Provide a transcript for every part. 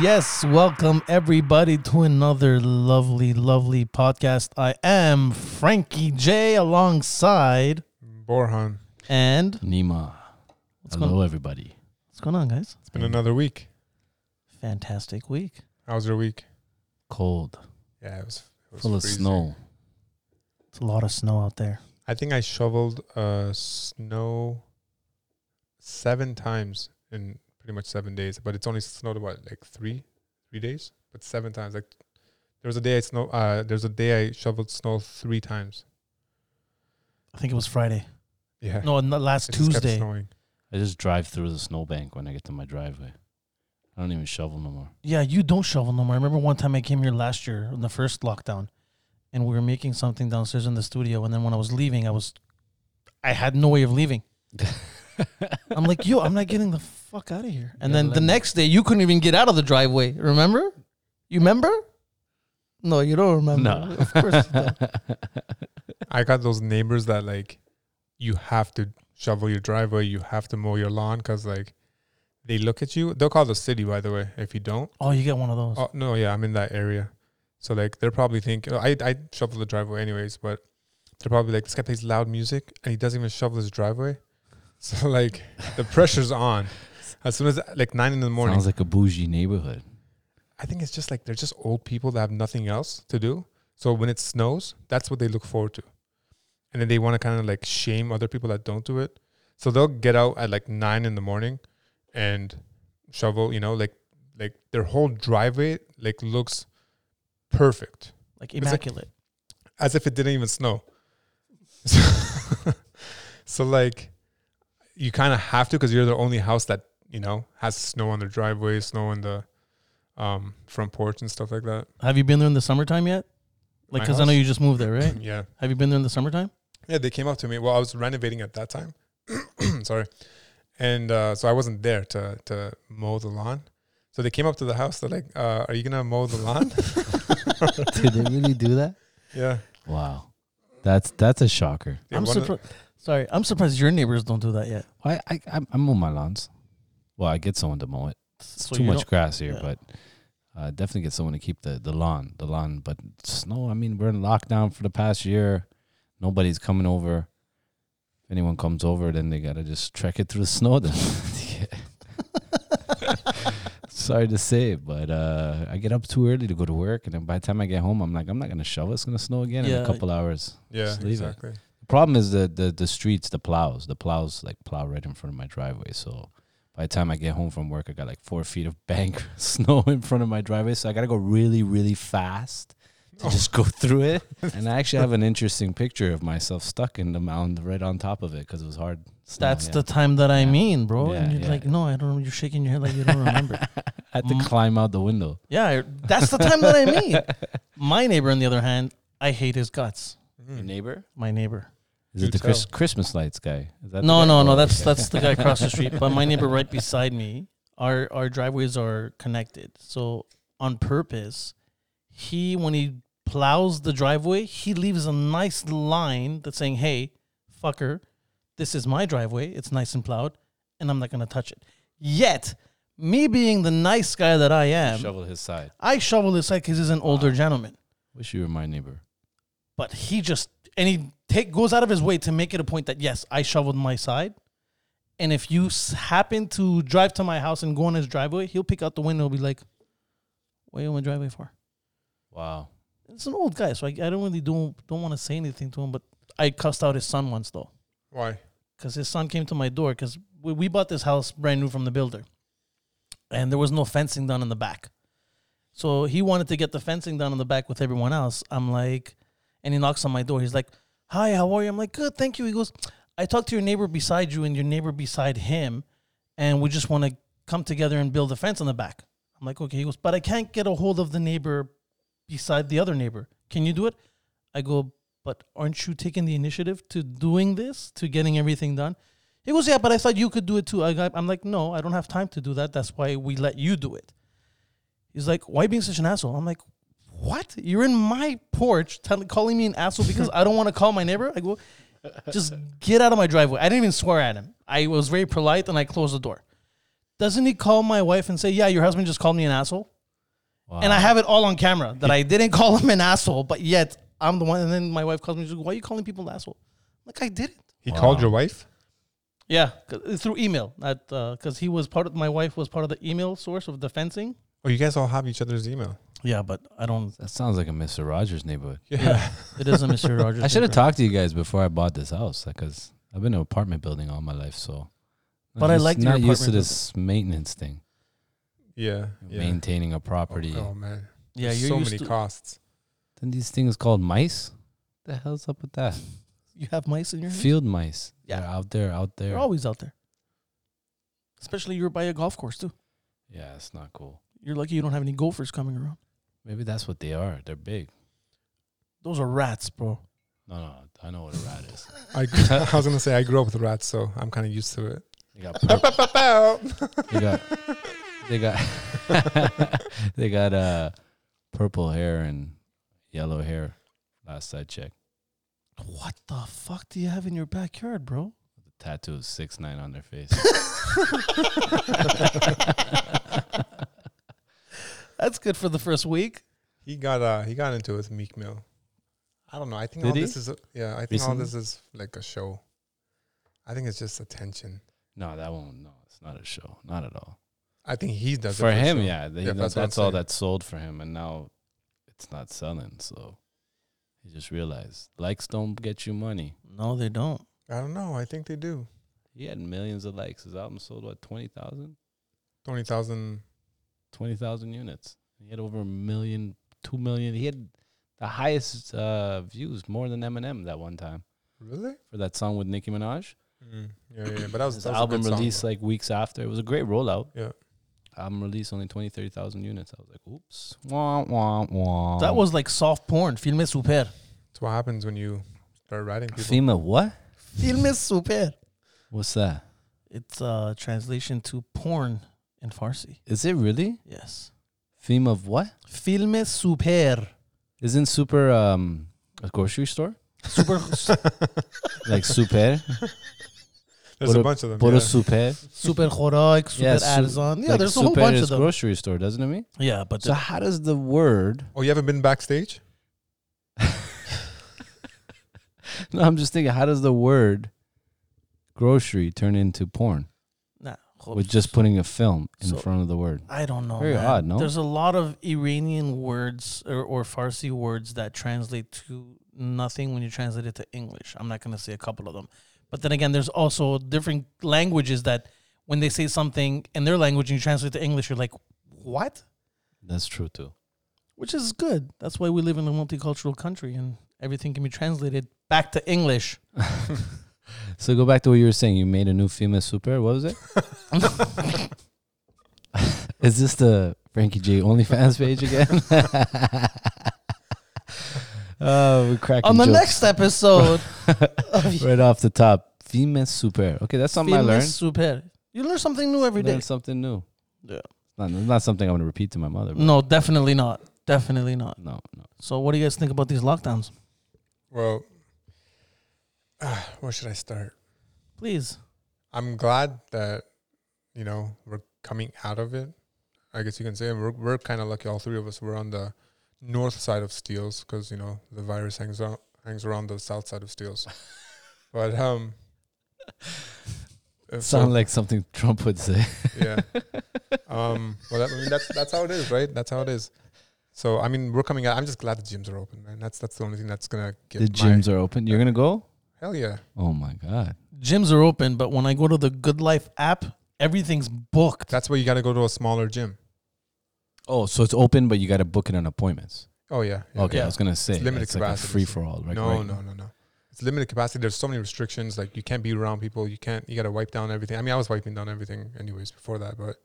Yes, welcome everybody to another lovely, lovely podcast. I am Frankie J alongside Borhan. and Nima. Hello, everybody. what's going on, guys? It's been another week. Fantastic week. How was your week? Cold, Yeah, it was, it was full of freezing. snow. It's a lot of snow out there. I think I shoveled uh, snow seven times in pretty much seven days, but it's only snowed about like three, three days, but seven times. Like there was a day I snow. Uh, there was a day I shoveled snow three times. I think it was Friday. Yeah, No, not last it just kept Tuesday. snowing. I just drive through the snowbank when I get to my driveway. I don't even shovel no more. Yeah, you don't shovel no more. I remember one time I came here last year in the first lockdown, and we were making something downstairs in the studio. And then when I was leaving, I was, I had no way of leaving. I'm like, yo, I'm not getting the fuck out of here. And Yeah, then the let me- next day, you couldn't even get out of the driveway. Remember? You remember? No, you don't remember. No. Of course. you don't. I got those neighbors that like you have to shovel your driveway, you have to mow your lawn because like they look at you. They'll call the city, by the way, if you don't. oh, you get one of those. Oh no, yeah, I'm in that area, so like they're probably thinking I I shovel the driveway anyways, but they're probably like this guy plays loud music and he doesn't even shovel his driveway, so like the pressure's on. As soon as like nine in the morning, Sounds like a bougie neighborhood. I think it's just like they're just old people that have nothing else to do. So when it snows, that's what they look forward to. And then they want to kind of like shame other people that don't do it. So they'll get out at like nine in the morning and shovel, you know, like like their whole driveway like looks perfect. Like it's like- immaculate. As if it didn't even snow. So, so like you kind of have to because you're the only house that, you know, has snow on their driveway, snow on the um front porch and stuff like that. Have you been there in the summertime yet? Like, My because I know house? you just moved there, right? Yeah. Have you been there in the summertime? Yeah, they came up to me. Well, I was renovating at that time. Sorry. And uh, so I wasn't there to to mow the lawn. So they came up to the house. They're like, uh, "Are you gonna mow the lawn?" Did they really do that? yeah. Wow, that's that's a shocker. yeah I'm one of the- surprised. Sorry, I'm surprised your neighbors don't do that yet. Why I, I I mow my lawns. Well, I get someone to mow it. It's So too you much don't- grass here, yeah. but uh, definitely get someone to keep the the lawn, the lawn. But snow, I mean, we're in lockdown for the past year. Nobody's coming over. If anyone comes over, then they gotta just trek it through the snow. Then. Sorry to say, but uh, I get up too early to go to work, and then by the time I get home, I'm like, I'm not gonna shovel. It's gonna snow again in Yeah. a couple hours. Yeah. Just leave it. Exactly. The problem is the, the the streets, the plows, the plows like plow right in front of my driveway. So by the time I get home from work, I got like four feet of bank snow in front of my driveway. So I gotta go really, really fast to Oh. just go through it. And I actually have an interesting picture of myself stuck in the mound right on top of it because it was hard. snow, That's yeah. the time that I Yeah. mean, bro. Yeah, and you're yeah. like, no, I don't. You're shaking your head like you don't remember. I had to Mm. climb out the window. yeah, I- that's the time that I mean. My neighbor, on the other hand, I hate his guts. Mm. neighbor? My neighbor. Is Do it the Chris, tell. Christmas lights guy? Is that the No, guy? no, Oh, no. That's okay. that's the guy across the street. But my neighbor right beside me, our our driveways are connected. So on purpose, he when he plows the driveway, he leaves a nice line that's saying, "Hey, fucker, this is my driveway. It's nice and plowed, and I'm not gonna touch it." Yet, me being the nice guy that I am, shovel his side. I shovel this side because he's an older gentleman. Wish you were my neighbor. but he just and he take goes out of his way to make it a point that yes, I shoveled my side. And if you s- happen to drive to my house and go on his driveway, he'll pick out the window and be like, "What are you on my driveway for?" Wow. It's an old guy, so I, I don't really don't don't want to say anything to him. But I cussed out his son once though, Why? because his son came to my door because we, we bought this house brand new from the builder, and there was no fencing done in the back. So he wanted to get the fencing done in the back with everyone else. I'm like, and he knocks on my door. He's like, "Hi, how are you?" I'm like, "Good, thank you." He goes, "I talked to your neighbor beside you and your neighbor beside him, and we just want to come together and build a fence on the back." I'm like, "Okay." He goes, "But I can't get a hold of the neighbor beside the other neighbor. Can you do it?" I go, "But aren't you taking the initiative to doing this, to getting everything done?" He goes, "Yeah, but I thought you could do it too." I got, I'm like, "No, I don't have time to do that. That's why we let you do it." He's like, "Why being such an asshole?" I'm like, "What? You're in my porch, tell calling me an asshole because I don't want to call my neighbor." I go, "Just get out of my driveway." I didn't even swear at him. I was very polite and I closed the door. Doesn't he call my wife and say, "Yeah, your husband just called me an asshole"? And I Wow. have it all on camera that I didn't call him an asshole, but yet I'm the one. And then my wife calls me, she's like, why are you calling people an asshole? I'm like, I didn't. He Wow. called your wife. Yeah, 'cause it's through email. That because he was part of my wife was part of the email source of the fencing. Oh, you guys all have each other's email. Yeah, but I don't. That sounds like a Mister Rogers neighborhood. Yeah, it is a Mister Rogers. I should have neighborhood. talked to you guys before I bought this house because I've been in apartment building all my life. So, But I just liked your not used to apartment this maintenance thing, Yeah. yeah. maintaining a Oh, property. Oh, man. Yeah, There's you're so used many to- costs. Then these things called mice. The hell's up with that? You have mice in your house. Field mice. Yeah. Yeah, out there, out there. They're always out there. Especially you're by a golf course too. Yeah, it's not cool. You're lucky you don't have any gophers coming around. Maybe that's what they are. They're big. Those are rats, bro. No, no, I know what a rat is. I, gr- I was gonna say I grew up with rats, so I'm kind of used to it. They got pur- they got they got they got uh purple hair and yellow hair. Last I checked, What the fuck do you have in your backyard, bro? the tattoo is six nine on their face. That's good for the first week. He got uh he got into it with Meek Mill. I don't know. I think Did all he? this is a, yeah. I think all Recently? this is like a show. I think it's just attention. no, that one. No, it's not a show. Not at all. I think he does it for him, show. yeah. They, Yeah, that's that's what I'm that's all saying. that sold for him, and now it's not selling. So he just realized likes don't get you money. No, they don't. I don't know. I think they do. He had millions of likes. His album sold what twenty thousand. Twenty thousand. 20,000 units. He had over a million, two million. He had the highest uh, views, more than Eminem that one time Really? for that song with Nicki Minaj. Mm. Yeah, yeah. But that was, His that was album a good song, released though. like weeks after. It was a great rollout. Yeah. Album released only 20, 30,000 units. I was like, oops. Wah, wah, wah. that was like soft porn. Filme super. That's what happens when you start writing people. FEMA. What? Filme super. What's that? It's uh translation to porn in Farsi. Is it really? Yes. FEMA of what? Filme super. Isn't super um, a grocery store? Super Like super? There's Puro- a bunch of them. Puro yeah. super? super khorak, super Yeah, su- arzan. Yeah, like there's a whole super bunch is of them. grocery store, doesn't it mean? yeah, but So how does the word? oh, you haven't been backstage? No, I'm just thinking. How does the word grocery turn into porn nah, kho- with just putting a film in Oh, So- front of the word? I don't know. Very man. odd, no? There's a lot of Iranian words or, or Farsi words that translate to nothing when you translate it to English. I'm not going to say a couple of them. But then again, there's also different languages that when they say something in their language and you translate to English, you're like, what? That's true too. Which is good. That's why we live in a multicultural country and everything can be translated back to English. So go back to what you were saying. You made a new female super. What was it? Is this the Frankie J OnlyFans page again? Oh, we're cracking On the jokes next episode of right off the top. Female super. Okay, that's something I Filme learned. Super. You learn something new every day. Learned something new. Yeah. It's not, it's not something I'm going to repeat to my mother. but No, definitely not. Definitely not. No, no. So, what do you guys think about these lockdowns? Well, ah, where should I start? Please. I'm glad that you know we're coming out of it. I guess you can say we're we're kind of lucky. All three of us were on the north side of Steels because you know the virus hangs out hangs around the south side of Steels. but um, uh, so- Sound like something Trump would say. yeah. Um, well, that, I mean that's that's how it is, right? That's how it is. So I mean, we're coming out. I'm just glad the gyms are open, man. That's that's the only thing that's gonna get the my- gyms are open. You're gonna go? Hell yeah. Oh my god! Gyms are open, but when I go to the Good Life app, everything's booked. That's why you got to go to a smaller gym. Oh, so it's open, but you got to book it on appointments. Oh yeah. yeah, Okay, Yeah. I was gonna say It's limited it's like a capacity, free so- for all. Right? no, right? no, no, no. It's limited capacity. There's so many restrictions. Like you can't be around people. You can't. You got to wipe down everything. I mean, I was wiping down everything anyways before that, but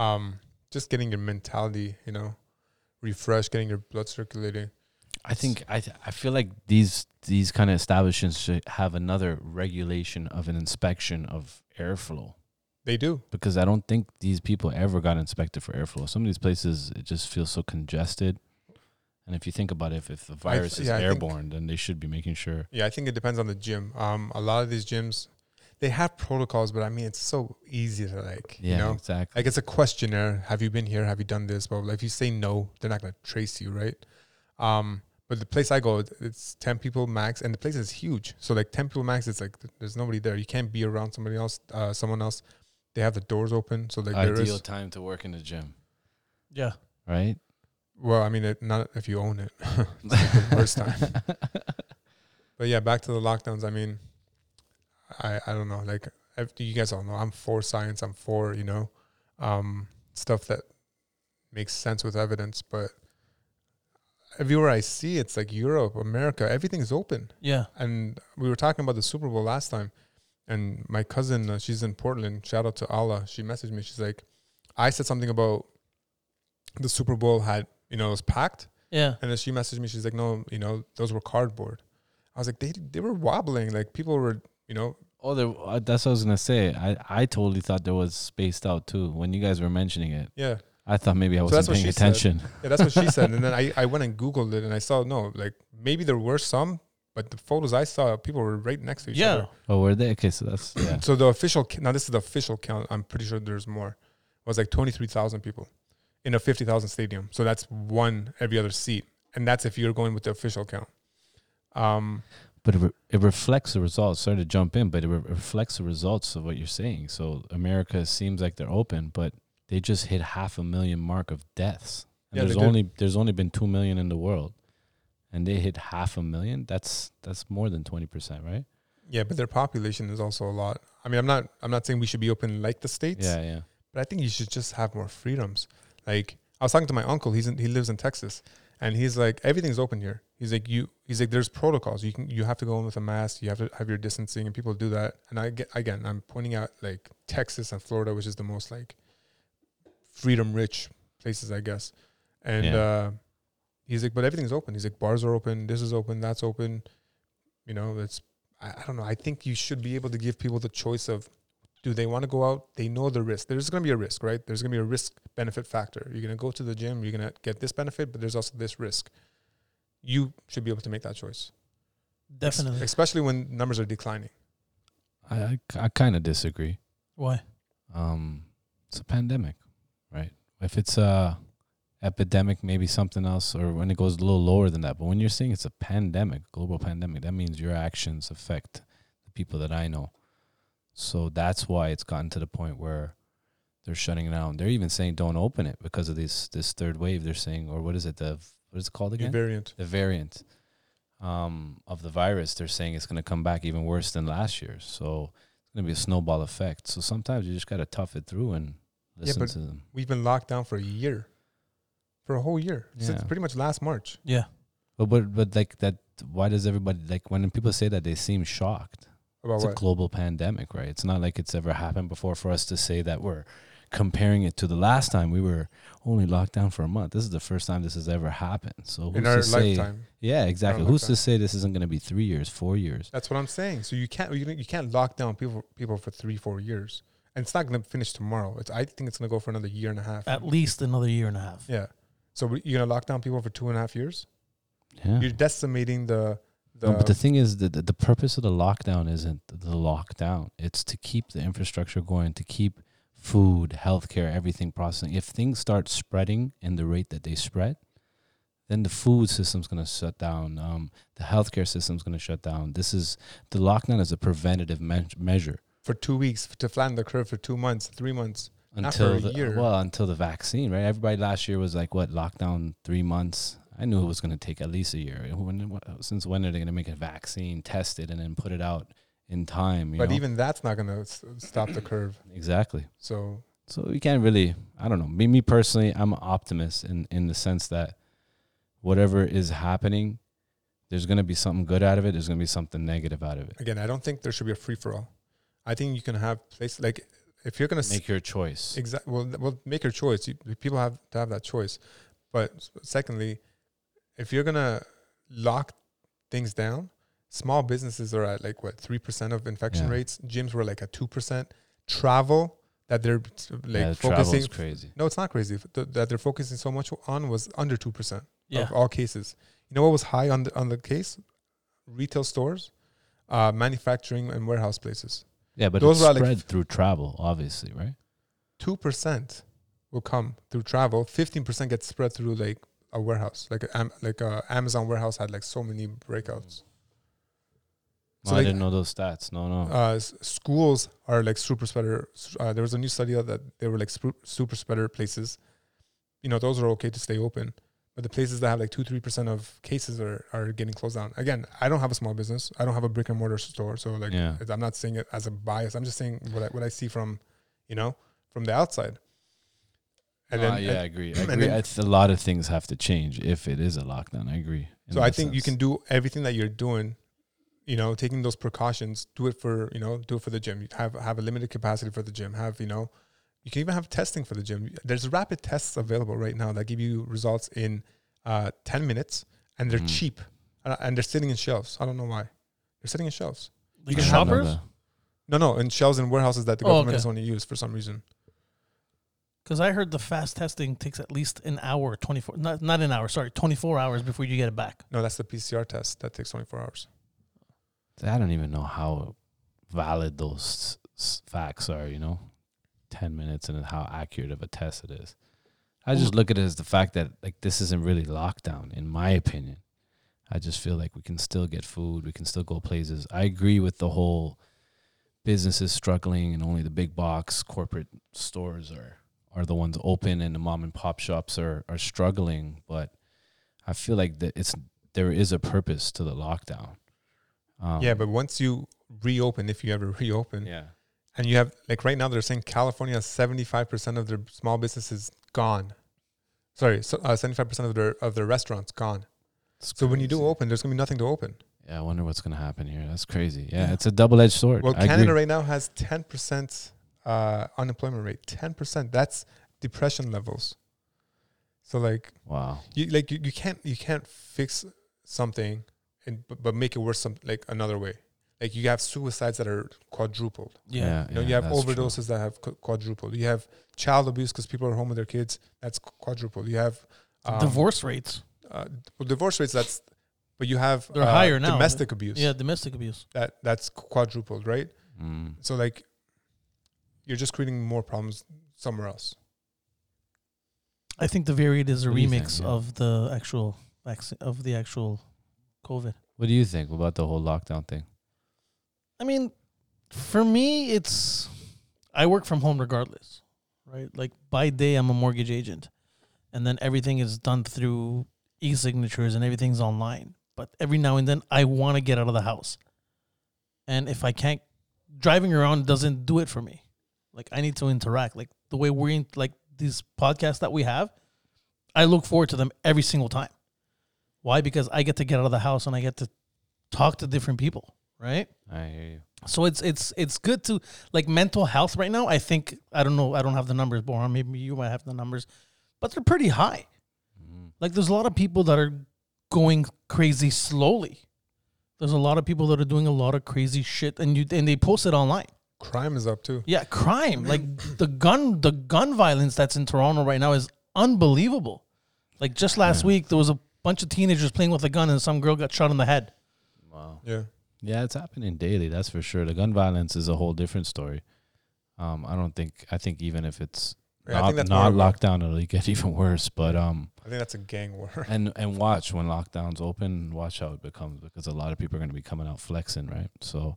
um, just getting your mentality, you know, refreshed, getting your blood circulating. I think I th- I feel like these these kind of establishments should have another regulation of an inspection of airflow They do. because I don't think these people ever got inspected for airflow. Some of these places it just feels so congested. And if you think about it, if, if the virus is yeah, I think- airborne, then they should be making sure. Yeah, I think it depends on the gym. Um, a lot of these gyms, they have protocols, but I mean, it's so easy to like, Yeah, you know, exactly. like it's a questionnaire. Have you been here? Have you done this? But if you say no, they're not going to trace you, right? Um, but the place I go, it's ten people max, and the place is huge. So like ten people max, it's like th- there's nobody there. You can't be around somebody else, uh, someone else. They have the doors open, so like there Ideal is. time to work in the gym, Yeah. right? Well, I mean, it, not if you own it. the worst time. But yeah, back to the lockdowns. I mean, I I don't know. Like i you guys all know, I'm for science. I'm for you know, um, stuff that makes sense with evidence. But everywhere I see, it's like Europe, America, everything's open. Yeah. And we were talking about the Super Bowl last time, and my cousin, uh, she's in Portland. Shout out to Allah. She messaged me. She's like, I said something about the Super Bowl had you know it was packed. Yeah. And then she messaged me. She's like, "No, you know, those were cardboard." I was like, "They they were wobbling. Like people were, you know, Oh, there, uh, that's what I was gonna say. I, I totally thought there was spaced out too when you guys were mentioning it. yeah, I thought maybe I wasn't that's what paying she said. attention. yeah." That's what she said. And then I I went and googled it, and I saw no, like maybe there were some, but the photos I saw, people were right next to each Yeah. other. Oh, were they? Okay, so that's yeah. So the official ca- now this is the official count. I'm pretty sure there's more. was like twenty three thousand people in a fifty thousand stadium. So that's one every other seat, and that's if you're going with the official count. Um, But it, re- it reflects the results. Sorry to jump in, but it re- reflects the results of what you're saying. So America seems like they're open, but they just hit half a million mark of deaths. And Yeah, they there's did. only there's only been two million in the world, and they hit half a million. That's that's more than twenty percent, right? yeah, but their population is also a lot. I mean, I'm not I'm not saying we should be open like the states. Yeah, yeah. but I think you should just have more freedoms. Like I was talking to my uncle, he's in, he lives in Texas, and he's like everything's open here. He's like you, he's like there's protocols. You can you have to go in with a mask, you have to have your distancing, and people do that. And I get again, I'm pointing out like Texas and Florida, which is the most like freedom rich places, I guess. And Yeah. uh, he's like, but everything's open. He's like bars are open, this is open, that's open. You know, it's I, I don't know. I think you should be able to give people the choice of do they want to go out? They know the risk. There's going to be a risk, right? There's going to be a risk benefit factor. You're going to go to the gym, you're going to get this benefit, but there's also this risk. You should be able to make that choice, Es- Definitely. especially when numbers are declining. I I, kind of disagree. Why? Um, it's a pandemic, right? If it's a epidemic, maybe something else, or when it goes a little lower than that. But when you're saying it's a pandemic, global pandemic, that means your actions affect the people that I know. So that's why it's gotten to the point where they're shutting it down. They're even saying don't open it because of this this third wave. They're saying, or what is it? The what is it called New again? variant. the variant um, of the virus, they're saying it's going to come back even worse than last year. So it's going to be a snowball effect. So sometimes you just got to tough it through and Yeah, listen but- to them. We've been locked down for a year, for a whole year, since Yeah. pretty much last March. Yeah. But, but but like that, why does everybody like when people say that they seem shocked? About It's a what? global pandemic, right? It's not like it's ever happened before for us to say that we're comparing it to the last time we were only locked down for a month. This is the first time this has ever happened. So who's In our to say? lifetime. Yeah, exactly. Around Who's to lifetime. say this isn't going to be three years, four years? That's what I'm saying. So you can't you, you can't lock down people people for three four years, and it's not going to finish tomorrow. It's I think it's going to go for another year and a half. At least another year and a half. yeah. So we- you're going to lock down people for two and a half years? Yeah. You're decimating the the, no, but the thing is that the, the purpose of the lockdown isn't the lockdown. It's to keep the infrastructure going, to keep food, healthcare, everything processing. If things start spreading in the rate that they spread, then the food system's going to shut down. Um, the healthcare system's going to shut down. This is the lockdown is a preventative me- measure for two weeks to flatten the curve for two months, three months. Not for until a the, year. well until the vaccine, right? Everybody last year was like, what lockdown three months. I knew it was going to take at least a year. When, wh- since when are they going to make a vaccine, test it, and then put it out in time? You But know? even that's not going to s- stop the curve. Exactly. So So we can't really. I don't know. Me, me personally, I'm an optimist in in the sense that whatever is happening, there's gonna be something good out of it. There's gonna be something negative out of it. again, I don't think there should be a free for all. I think you can have places like if you're going to Make your choice. Exactly. Well, th- well, make your choice. You, the people have to have that choice. But s- secondly, if you're gonna lock things down, small businesses are at like what three percent of infection Yeah. rates. Gyms were like at two percent. Travel that they're t- like yeah, travel focusing. is crazy. No, it's not crazy. F- th- that they're focusing so much on was under two percent Yeah. of all cases. You know what was high on the on the case? Retail stores, uh, manufacturing, and warehouse places. Yeah, but Those it's are like- spread through travel, obviously, right? two percent will come through travel. Fifteen percent gets spread through like a warehouse, like a, am- like a Amazon warehouse had like so many breakouts. No, So, I like- didn't know those stats. No, no. Uh, s- schools are like super spreader. s- Uh, there was a new study out that they were like spru- super spreader places. You know, those are okay to stay open, but the places that have like two three percent of cases are are getting closed down. Again, I don't have a small business. I don't have a brick and mortar store, so like yeah. it's- I'm not saying it as a bias. I'm just saying what I, what I see from, you know, from the outside. And then- Ah, yeah, I agree. I and agree. then- I th- a lot of things have to change if it is a lockdown. I agree. in So that I think you sense. can do everything that you're doing, you know, taking those precautions. Do it for you know, do it for the gym. You Have have a limited capacity for the gym. Have you know, you can even have testing for the gym. There's rapid tests available right now that give you results in uh, ten minutes, and they're Mhm. cheap, and, and they're sitting in shelves. I don't know why they're sitting in shelves. Like I don't know shoppers? the- No, no, in shelves and warehouses that the Oh, government okay. is only used for some reason. Because I heard the fast testing takes at least an hour, twenty four, not not an hour, sorry, twenty four hours before you get it back. No, that's the PCR test that takes 24 hours. I don't even know how valid those s- facts are. You know, ten minutes and how accurate of a test it is. I just look at it as the fact that like this isn't really lockdown, in my opinion. I just feel like we can still get food, we can still go places. I agree with the whole businesses struggling and only the big box corporate stores are are the ones open and the mom and pop shops are are struggling. But I feel like that it's there is a purpose to the lockdown. Um, yeah, but once you reopen, if you ever reopen, yeah. and you have like right now they're saying California has 75% of their small businesses gone. Sorry, so, uh, 75% of their of their restaurants gone. So when you do open, there's going to be nothing to open. yeah, I wonder what's gonna happen here. That's crazy. Yeah, Yeah. it's a double edged sword. Well, I Canada agree. right now has 10% uh, unemployment rate. 10%. That's depression levels. So like Wow. you like you, you can't you can't fix something and but, but make it worse some like another way. Like you have suicides that are quadrupled. You know, you have that's true. overdoses that have qu- quadrupled. You have child abuse because people are home with their kids. That's qu- quadrupled. You have um, Divorce rates, Uh, well, divorce rates. That's but you have They're uh, higher now. Domestic abuse. yeah, domestic abuse. that that's qu- quadrupled, right? Mm. So like, you're just creating more problems somewhere else. I think the variant is a What do you remix think, yeah? of the actual vaccine of the actual COVID. What do you think about the whole lockdown thing? I mean, for me, it's I work from home regardless, right? Like by day, I'm a mortgage agent, and then everything is done through e-signatures and everything's online. But every now and then, I want to get out of the house, and if I can't, driving around doesn't do it for me. Like I need to interact. Like the way we're in, like these podcasts that we have, I look forward to them every single time. Why? Because I get to get out of the house and I get to talk to different people, right? I hear you. So it's it's it's good to like mental health right now. I think I don't know. I don't have the numbers, Boron. Maybe you might have the numbers, but they're pretty high. Mm. Like there's a lot of people that are going crazy slowly. There's a lot of people that are doing a lot of crazy shit, and you and they post it online. Crime is up too. Yeah, crime. Like the gun, the gun violence that's in Toronto right now is unbelievable. Like just last Yeah. week, there was a bunch of teenagers playing with a gun, and some girl got shot in the head. Wow. Yeah. Yeah, it's happening daily. That's for sure. The gun violence is a whole different story. Um, I don't think. I think even if it's Yeah, I not, think that's more not of a- lockdown, it'll get even worse. But um, I think that's a gang war. and and watch when lockdowns open watch how it becomes because a lot of people are going to be coming out flexing right so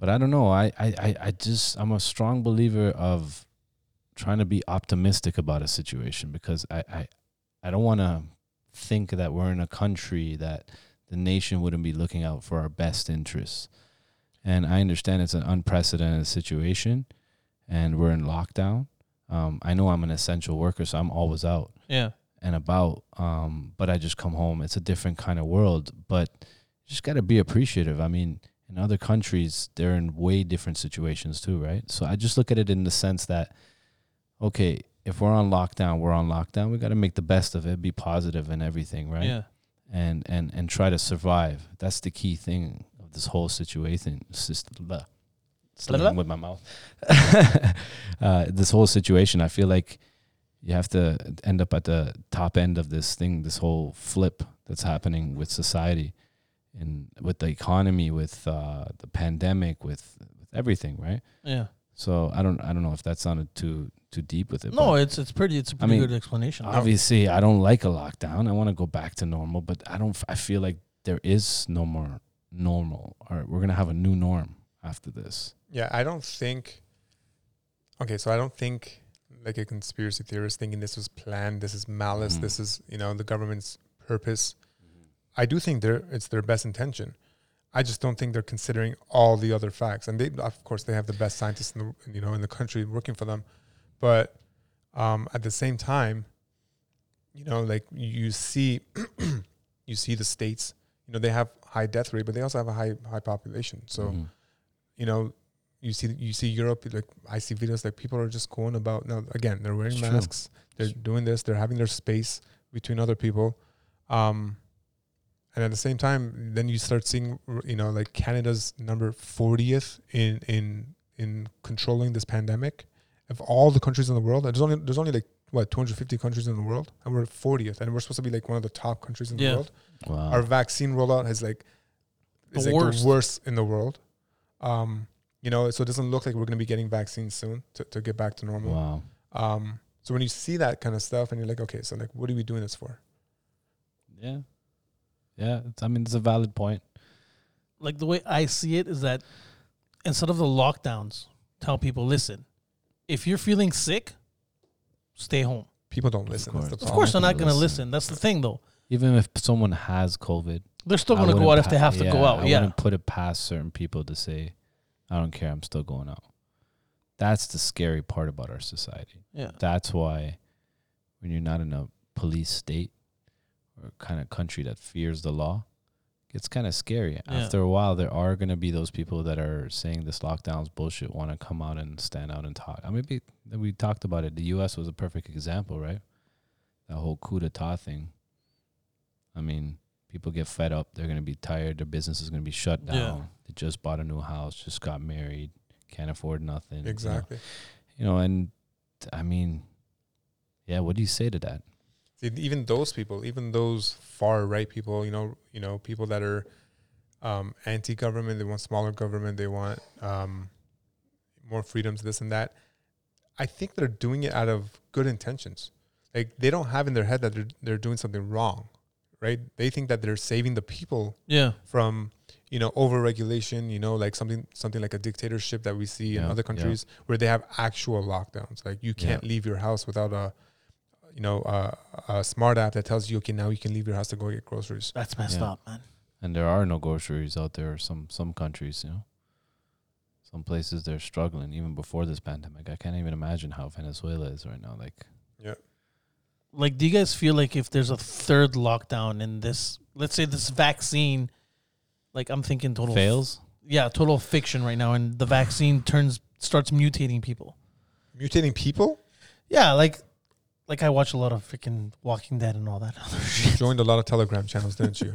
but i don't know I, I i i just i'm a strong believer of trying to be optimistic about a situation because i i, I don't want to think that we're in a country that the nation wouldn't be looking out for our best interests and i understand it's an unprecedented situation and we're in lockdown um, i know i'm an essential worker so i'm always out Yeah, and about. Um, but I just come home. It's a different kind of world. But you just got to be appreciative. I mean, in other countries, they're in way different situations too, right? So I just look at it in the sense that, okay, if we're on lockdown, we're on lockdown. We got to make the best of it, be positive and everything, right? yeah. and and and try to survive. That's the key thing of this whole situation. It's just blah. Slipping with my mouth. uh, this whole situation, I feel like you have to end up at the top end of this thing, this whole flip that's happening with society and with the economy, with uh, the pandemic, with, with everything, right? Yeah. So I don't I don't know if that sounded too too deep with it. No, but it's it's pretty. It's a I pretty mean, good explanation. obviously I don't like a lockdown. I want to go back to normal, but I don't. f- I feel like there is no more normal. Or we're gonna have a new norm after this. Yeah, I don't think. Okay, so I don't think like a conspiracy theorist thinking this was planned, this is malice, Mhm. this is you know the government's purpose. I do think they're it's their best intention. I just don't think they're considering all the other facts, and they of course they have the best scientists in the you know in the country working for them, but um, at the same time, you know, like you see, you see the states, you know, they have high death rate, but they also have a high high population, so Mhm. you know, you see you see Europe like I see videos like people are just going about now again they're wearing It's true. masks they're doing this they're having their space between other people, um, and at the same time then you start seeing r- you know like Canada's number fortieth in in in controlling this pandemic of all the countries in the world there's only there's only like what 250 countries in the world and we're 40th and we're supposed to be like one of the top countries in Yeah. the world wow. our vaccine rollout is like Uh-huh. The is like worst. the worst in the world. Um, you know, so it doesn't look like we're going to be getting vaccines soon to, to get back to normal. wow. Um, so when you see that kind of stuff, and you're like, okay, so like, what are we doing this for? Yeah. Yeah. It's, I mean, it's a valid point. like the way I see it is that instead of the lockdowns, tell people listen, if you're feeling sick, stay home. People don't listen. That's the Of course. Oh, problem. course, they're I'm gonna not going to listen. listen. That's the thing, though. Even if someone has COVID, They're still I going to go out wouldn't if they pa- have to go out. I yeah, wouldn't put it past certain people to say, "I don't care. I'm still going out." That's the scary part about our society. yeah, That's why when you're not in a police state or kind of country that fears the law, it's kind of scary. After a while, there are going to be those people that are saying this lockdown's bullshit, want to come out and stand out and talk. I mean, be- we talked about it. The U.S. was a perfect example, right? That whole coup d'etat thing. I mean, people get fed up. They're going to be tired. Their business is going to be shut Yeah. down. They just bought a new house, just got married, can't afford nothing. you know? Exactly. you know, and I mean, yeah, what do you say to that? See, even those people, even those far right people, you know, you know, people that are um, anti-government, they want smaller government, they want um, more freedoms, this and that. I think they're doing it out of good intentions. Like they don't have in their head that they're they're doing something wrong, right? They think that they're saving the people yeah, from you know overregulation, you know, like something something like a dictatorship that we see in Yeah, other yeah. countries where they have actual lockdowns. Like you Yeah. can't leave your house without a you know a, a smart app that tells you okay now you can leave your house to go get groceries. that's messed Yeah. up, man. And there are no groceries out there. Some some countries, you know, some places they're struggling even before this pandemic. I can't even imagine how Venezuela is right now. Like, Like, do you guys feel like if there's a third lockdown in this, let's say this vaccine, like I'm thinking total f- fails. yeah, total fiction right now, and the vaccine turns starts mutating people. Mutating people Yeah, like, like I watch a lot of freaking Walking Dead and all that. you joined a lot of Telegram channels, didn't you?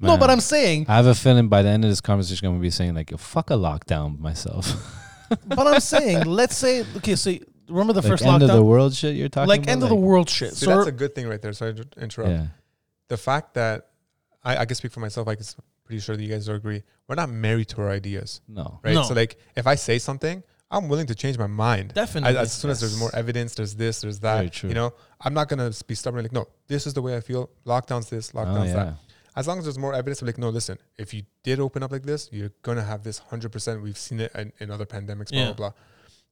no, but Man, I'm saying I have a feeling by the end of this conversation, I'm gonna be saying like, "Fuck a lockdown," myself. but I'm saying, let's say, okay, so remember the like first end lockdown, of the world shit you're talking like about. end of the world shit. See, so that's a good thing right there. Sorry to interrupt. Yeah, The fact that I, I can speak for myself, I can s- pretty sure that you guys will agree. We're not married to our ideas, no. right? No. So like, if I say something, I'm willing to change my mind. I, definitely, as soon as there's more evidence, there's this, there's that. Very true. You know, I'm not gonna be stubborn. Like, no, this is the way I feel. Lockdowns this, Oh, lockdowns that. yeah. As long as there's more evidence, I'm like, no, listen. If you did open up like this, you're gonna have this hundred percent. We've seen it in, in other pandemics, blah Yeah. blah blah.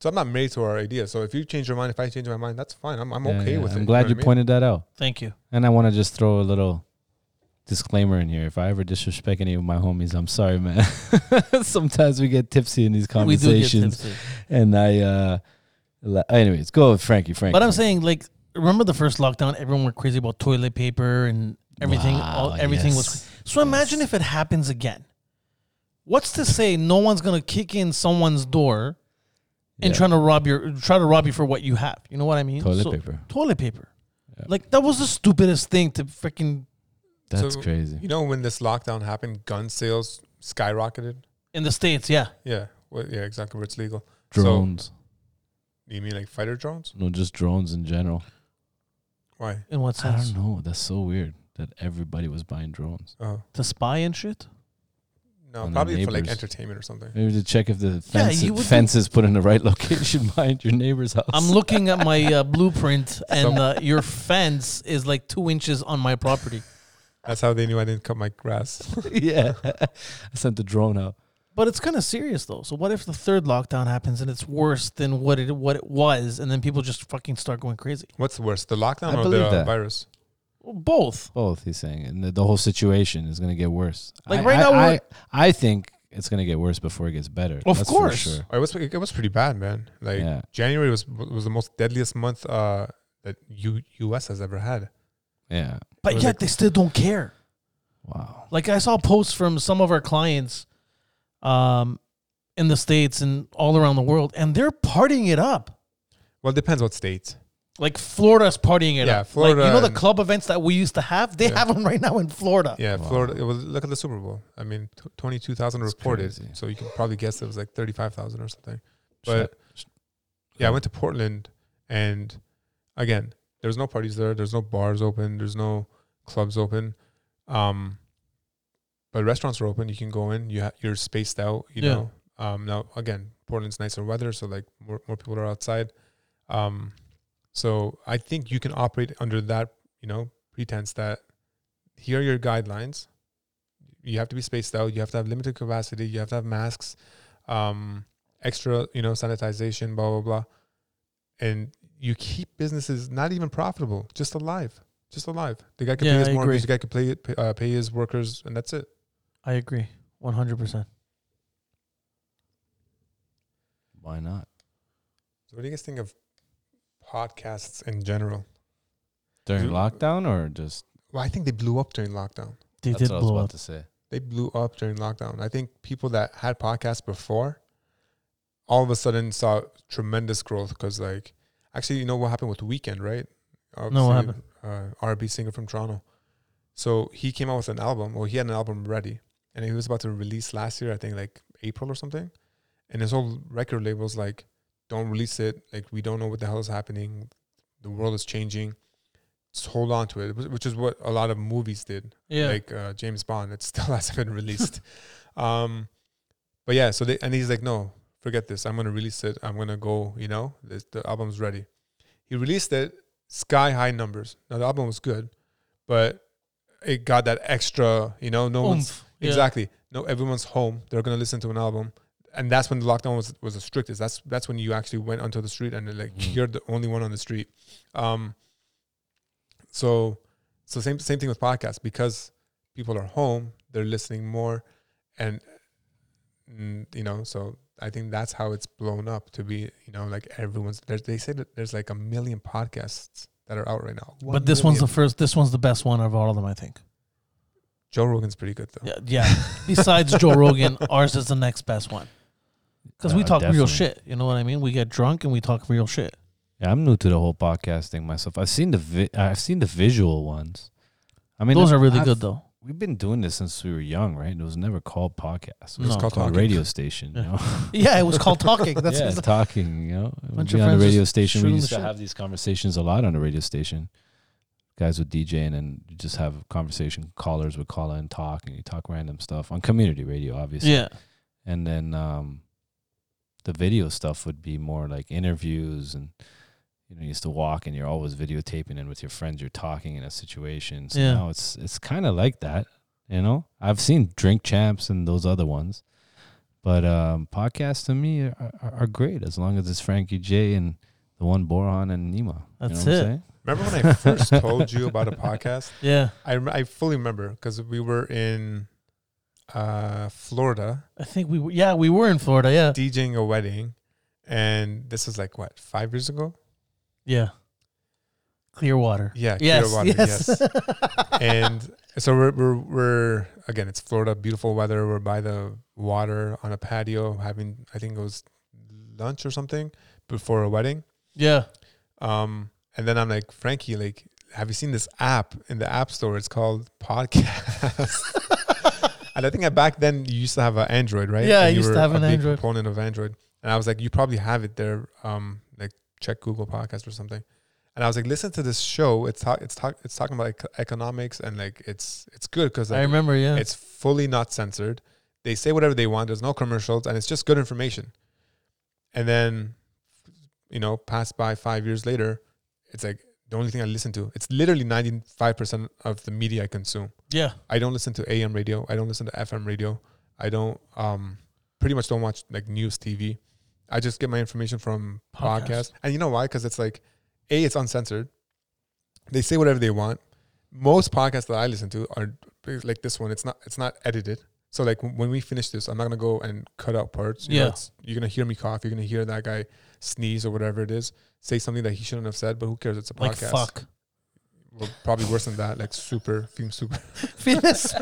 So I'm not married to our ideas. So if you change your mind, if I change my mind, that's fine. I'm, I'm Yeah, okay yeah. with it. I'm know glad what you I mean? pointed that out. Thank you. And I want to just throw a little disclaimer in here. If I ever disrespect any of my homies, I'm sorry, man. Sometimes we get tipsy in these We do get conversations, tipsy. and I. uh la- Anyways, go with Frankie. Frankie. But I'm saying, like, remember the first lockdown? Everyone were crazy about toilet paper and everything. all, Wow, everything was. yes. So imagine if it happens again. What's to say no one's gonna kick in someone's door and Yeah. trying to rob your try to rob you for what you have? You know what I mean? toilet So- paper. Toilet paper. Yeah. Like that was the stupidest thing to freaking That's So, crazy. You know when this lockdown happened, gun sales skyrocketed. in the states. Yeah. Yeah, well, yeah, exactly where it's legal. Drones. So you mean like fighter drones? no, just drones in general. Why? In what I sense? don't know. That's so weird that everybody was buying drones. Oh, To spy and shit. No, on the probably for like neighbors. entertainment or something. Maybe to check if the Yeah, fence, you would- fence is put in the right location behind your neighbor's house. I'm looking at my uh, blueprint, and uh, your fence is like two inches on my property. That's how they knew I didn't cut my grass. yeah, I sent the drone out. But it's kind of serious though. So what if the third lockdown happens and it's worse than what it what it was, and then people just fucking start going crazy? What's worse, the lockdown I or the believe uh, that. virus? Well, both. Both, he's saying, and the, the whole situation is going to get worse. Like, I- right I- now I, we're- I think it's going to get worse before it gets better. Of That's course. for sure. Oh, It was it was pretty bad, man. Like yeah, January was was the most deadliest month uh, that U- U.S. has ever had. yeah. But Or yet they- they still don't care. Wow. Like I saw posts from some of our clients, um, in the states and all around the world, and they're partying it up. Well, it depends what state. Like Florida's partying it up. Yeah, like Florida you know the and- club events that we used to have, they Yeah. have them right now in Florida. Yeah, Wow. Florida. It was, look at the Super Bowl. I mean, t- twenty-two thousand It's reported, crazy. so you can probably guess it was like thirty-five thousand or something. But Sh- yeah, I went to Portland, and again, there's no parties there. There's no bars open. There's no clubs open. Um, but restaurants are open. You can go in. You ha- you're spaced out. You Yeah. know. Um, now again, Portland's nicer weather, so like more more people are outside. Um, so I think you can operate under that you know pretense that here are your guidelines. You have to be spaced out. You have to have limited capacity. You have to have masks, um, extra you know sanitization, blah blah blah, and you keep businesses not even profitable, just alive, just alive. The guy could Yeah, pay his I agree. mortgage. The guy could pay, pay, uh, pay his workers, and that's it. I agree, one hundred percent. why not? So what do you guys think of podcasts in general? During You- lockdown or just? Well, I think they blew up during lockdown. They that's did what I was blow about up. to say. they blew up during lockdown. I think people that had podcasts before all of a sudden saw tremendous growth because, like, actually, you know what happened with Weekend, right? No, what Obviously, Uh, RB singer from Toronto. So he came out with an album, or he had an album ready, and he was about to release last year, I think, like April or something. And his whole record label's like, don't release it. Like, we don't know what the hell is happening. The world is changing. Just hold on to it, wh- which is what a lot of movies did Yeah, like uh, James Bond. It still hasn't been released. um, but yeah, so they and he's like, no, forget this. I'm gonna release it. I'm gonna go. You know, this, the album's ready. He released it, sky high numbers. Now the album was good, but it got that extra. You know, no one's Oomph. Yeah. exactly no everyone's home. They're gonna listen to an album. And that's when the lockdown was was the strictest. That's that's when you actually went onto the street and like Mm-hmm. Mhm. you're the only one on the street. Um, so so same same thing with podcasts because people are home, they're listening more, and mm, you know, so I think that's how it's blown up to be, you know, like everyone's. There's, they say that there's like a million podcasts that are out right now. One but this one's the million. first. This one's the best one of all of them, I think. Joe Rogan's pretty good though. Yeah, yeah. Besides Joe Rogan, ours is the next best one because we Uh, talk real definitely. shit. You know what I mean? We get drunk and we talk real shit. Yeah, I'm new to the whole podcast thing myself. I've seen the vi- I've seen the visual ones. I mean, Those are really I've- good though. We've been doing this since we were young, right? It was never called podcast. It was No. called, Talking. a radio station. You Yeah. know? Yeah, it was called talking. That's yeah, talking. You know, Bunch Bunch of on the friends radio just station. We shooting used the to shit. have these conversations a lot on the radio station. Guys would DJ and then you just have a conversation. Callers would call in, talk, and you talk random stuff on community radio, obviously. yeah. And then um, the video stuff would be more like interviews and. You know, you used to walk, and you're always videotaping, and with your friends, you're talking in a situation. So Yeah. now it's it's kind of like that. You know, I've seen Drink Champs and those other ones, but um, podcasts to me are, are, are great as long as it's Frankie J and the one Boron and Nima. That's you know it. what I'm saying? Remember when I first told you about a podcast? Yeah, I rem- I fully remember because we were in uh, Florida I think we were, yeah we were in Florida. Yeah, DJing a wedding, and this was like what five years ago? yeah. Clearwater. Yeah, Yes, Clearwater, yes. yes. and so we're, we're we're again it's Florida, beautiful weather. We're by the water on a patio having I think it was lunch or something before a wedding. yeah. Um, and then I'm like Frankie, like, have you seen this app in the app store? It's called Podcast. and I think I, back then you used to have an Android, right? Yeah, I And you used to were have a an big Android. Proponent of Android, and I was like, you probably have it there. Um, like check Google Podcast or something. And I was like, listen to this show. It's talk, it's talk, it's talking about ec- economics, and like it's it's good because I remember. Yeah, it's fully not censored. They say whatever they want. There's no commercials, and it's just good information. And then, you know, pass by five years later, it's like the only thing I listen to. It's literally 95% of the media I consume. Yeah. I don't listen to AM radio. I don't listen to FM radio. I don't um pretty much don't watch like news TV. I just get my information from Podcast. podcasts. And you know why? Cuz it's like A it's uncensored. They say whatever they want. Most podcasts that I listen to are like this one. It's not it's not edited. So like when we finish this, I'm not going to go and cut out parts. You know, Yeah. it's- you're going to hear me cough, you're going to hear that guy sneeze or whatever it is, say something that he shouldn't have said, but who cares? It's a Like podcast. fuck. Well, probably worse than that, like super fume super Venus.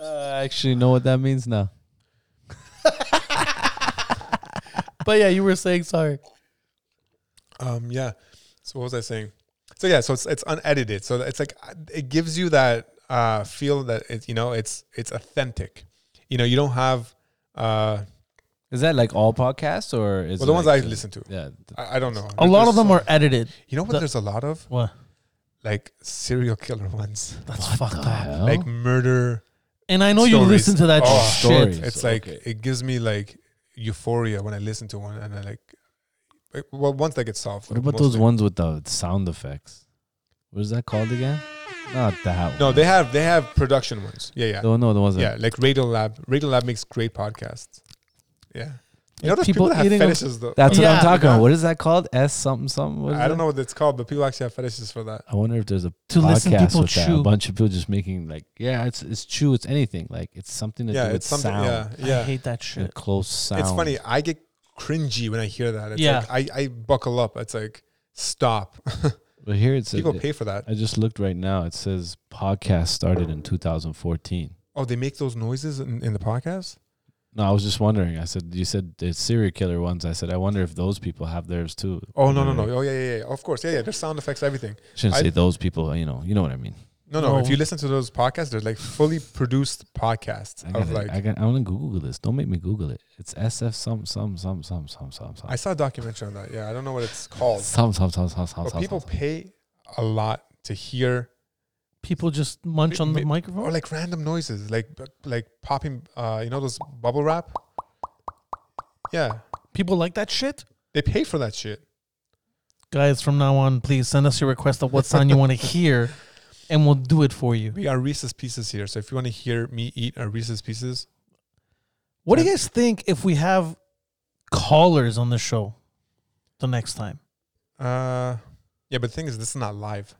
I actually know what that means now. but yeah, you were saying sorry. Um, yeah. So what was I saying? So yeah, so it's it's unedited. So it's like uh, it gives you that uh, feel that it's you know it's it's authentic. You know, you don't have uh, Is that like all podcasts or is well the it ones like I the- listen to. Yeah, I, I don't know. A lot of There's them so- are edited. You know what? the- there's a lot of What? like serial killer ones, That's fucked up. like murder. And I know you Stories. listen to that Oh, shit. stories. It's So, like okay. it gives me like euphoria when I listen to one, and I like. like, Well, once that gets solved. What like, about most those things- ones with the sound effects? What is that called again? Not that. No, one. they have they have production ones. Yeah, yeah. No, no, the ones. that- Yeah, like Radiolab. Radiolab makes great podcasts. Yeah. You know Like those people, people that have eating them- fetishes though. That's what Yeah. I'm talking Yeah. about. What is that called? S something something. What is I don't that? know what it's called, but people actually have fetishes for that. I wonder if there's a To listen podcast people with that. A chew. bunch of people just making like, yeah, it's it's chew. It's anything. Like it's something to Yeah, do with it's something. sound. I Yeah, hate that and shit. close yeah. sound. It's funny. I get cringy when I hear that. It's Yeah. like I, I buckle up. It's like stop. But here it's. people it- pay for that. I just looked right now. It says podcast started in 2014. Oh, they make those noises in, in the podcast. No, I was just wondering. I said you said it's serial killer ones. I said I wonder if those people have theirs too. Oh no no no. Oh yeah yeah yeah. Of course yeah yeah. There's sound effects everything. Shouldn't I- say those people. You know, you know what I mean. No no. If No. you listen to those podcasts, they're like fully produced podcasts I of gotta, like. I got. I want to Google this. Don't make me Google it. It's SF some some some some some some some I saw a documentary on that. Yeah, I don't know what it's called. some some some some some. But some, people some. pay a lot to hear People just munch on the Mi- microphone. or like random noises, like like popping. Uh, you know those bubble wrap. Yeah, People like that shit. they pay for that shit. Guys, from now on, please send us your request of what sound you want to hear, and we'll do it for you. We are Reese's Pieces here, so if you want to hear me eat our Reese's Pieces, What do you guys think if we have callers on the show the next time? uh, yeah. But the thing is, this is not live.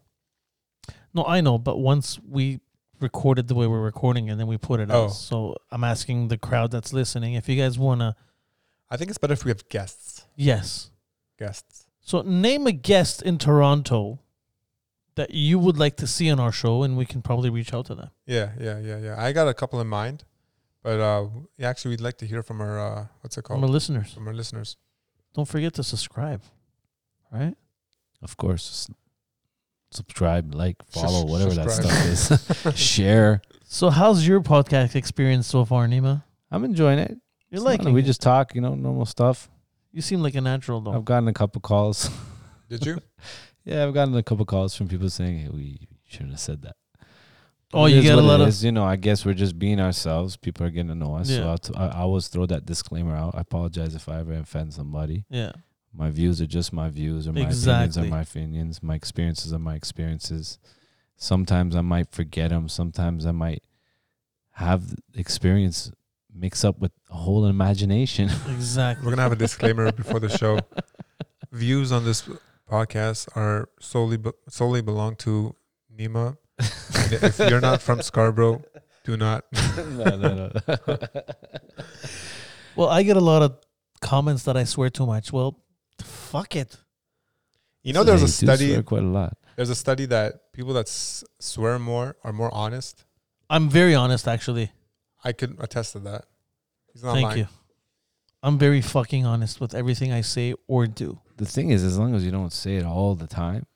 No, I know, but once we recorded the way we're recording and then we put it Oh. out. So I'm asking the crowd that's listening if you guys want to. I think it's better if we have guests. Yes. Guests. So name a guest in Toronto that you would like to see on our show, and we can probably reach out to them. Yeah, yeah, yeah, yeah. I got a couple in mind, but uh, yeah, actually, we'd like to hear from our uh, what's it From our called? listeners, From our listeners. don't forget to subscribe. Right? of course, s- subscribe, like, follow, Sus- whatever that subscribe. stuff is. Share. So, how's your podcast experience so far, Nima? I'm enjoying it. You're It's like not- we just talk, you know, normal stuff. you seem like a natural though. I've gotten a couple calls. Did you? yeah, I've gotten a couple calls from people saying, "Hey, we shouldn't have said that." Oh, It you is get a what it lot of is, you know. I guess we're just being ourselves. People are getting to know us, Yeah. so I'll t- I, I always throw that disclaimer out. I apologize if I ever offend somebody. yeah. My views are just my views, or my opinions Exactly. are my opinions. My experiences are my experiences. Sometimes I might forget them. Sometimes I might have the experience mix up with a whole imagination. Exactly. We're gonna have a disclaimer before the show. Views on this podcast are solely be- solely belong to Nima And if you're not from Scarborough, do not. no, no, no. Well, I get a lot of comments that I swear too much. Well, fuck it. You know, there's a Yeah, you do swear study. quite a lot. There's a study that people that s- swear more are more honest. I'm very honest, actually. I could attest to that. He's not Thank lying. you. I'm very fucking honest with everything I say or do. The thing is, as long as you don't say it all the time.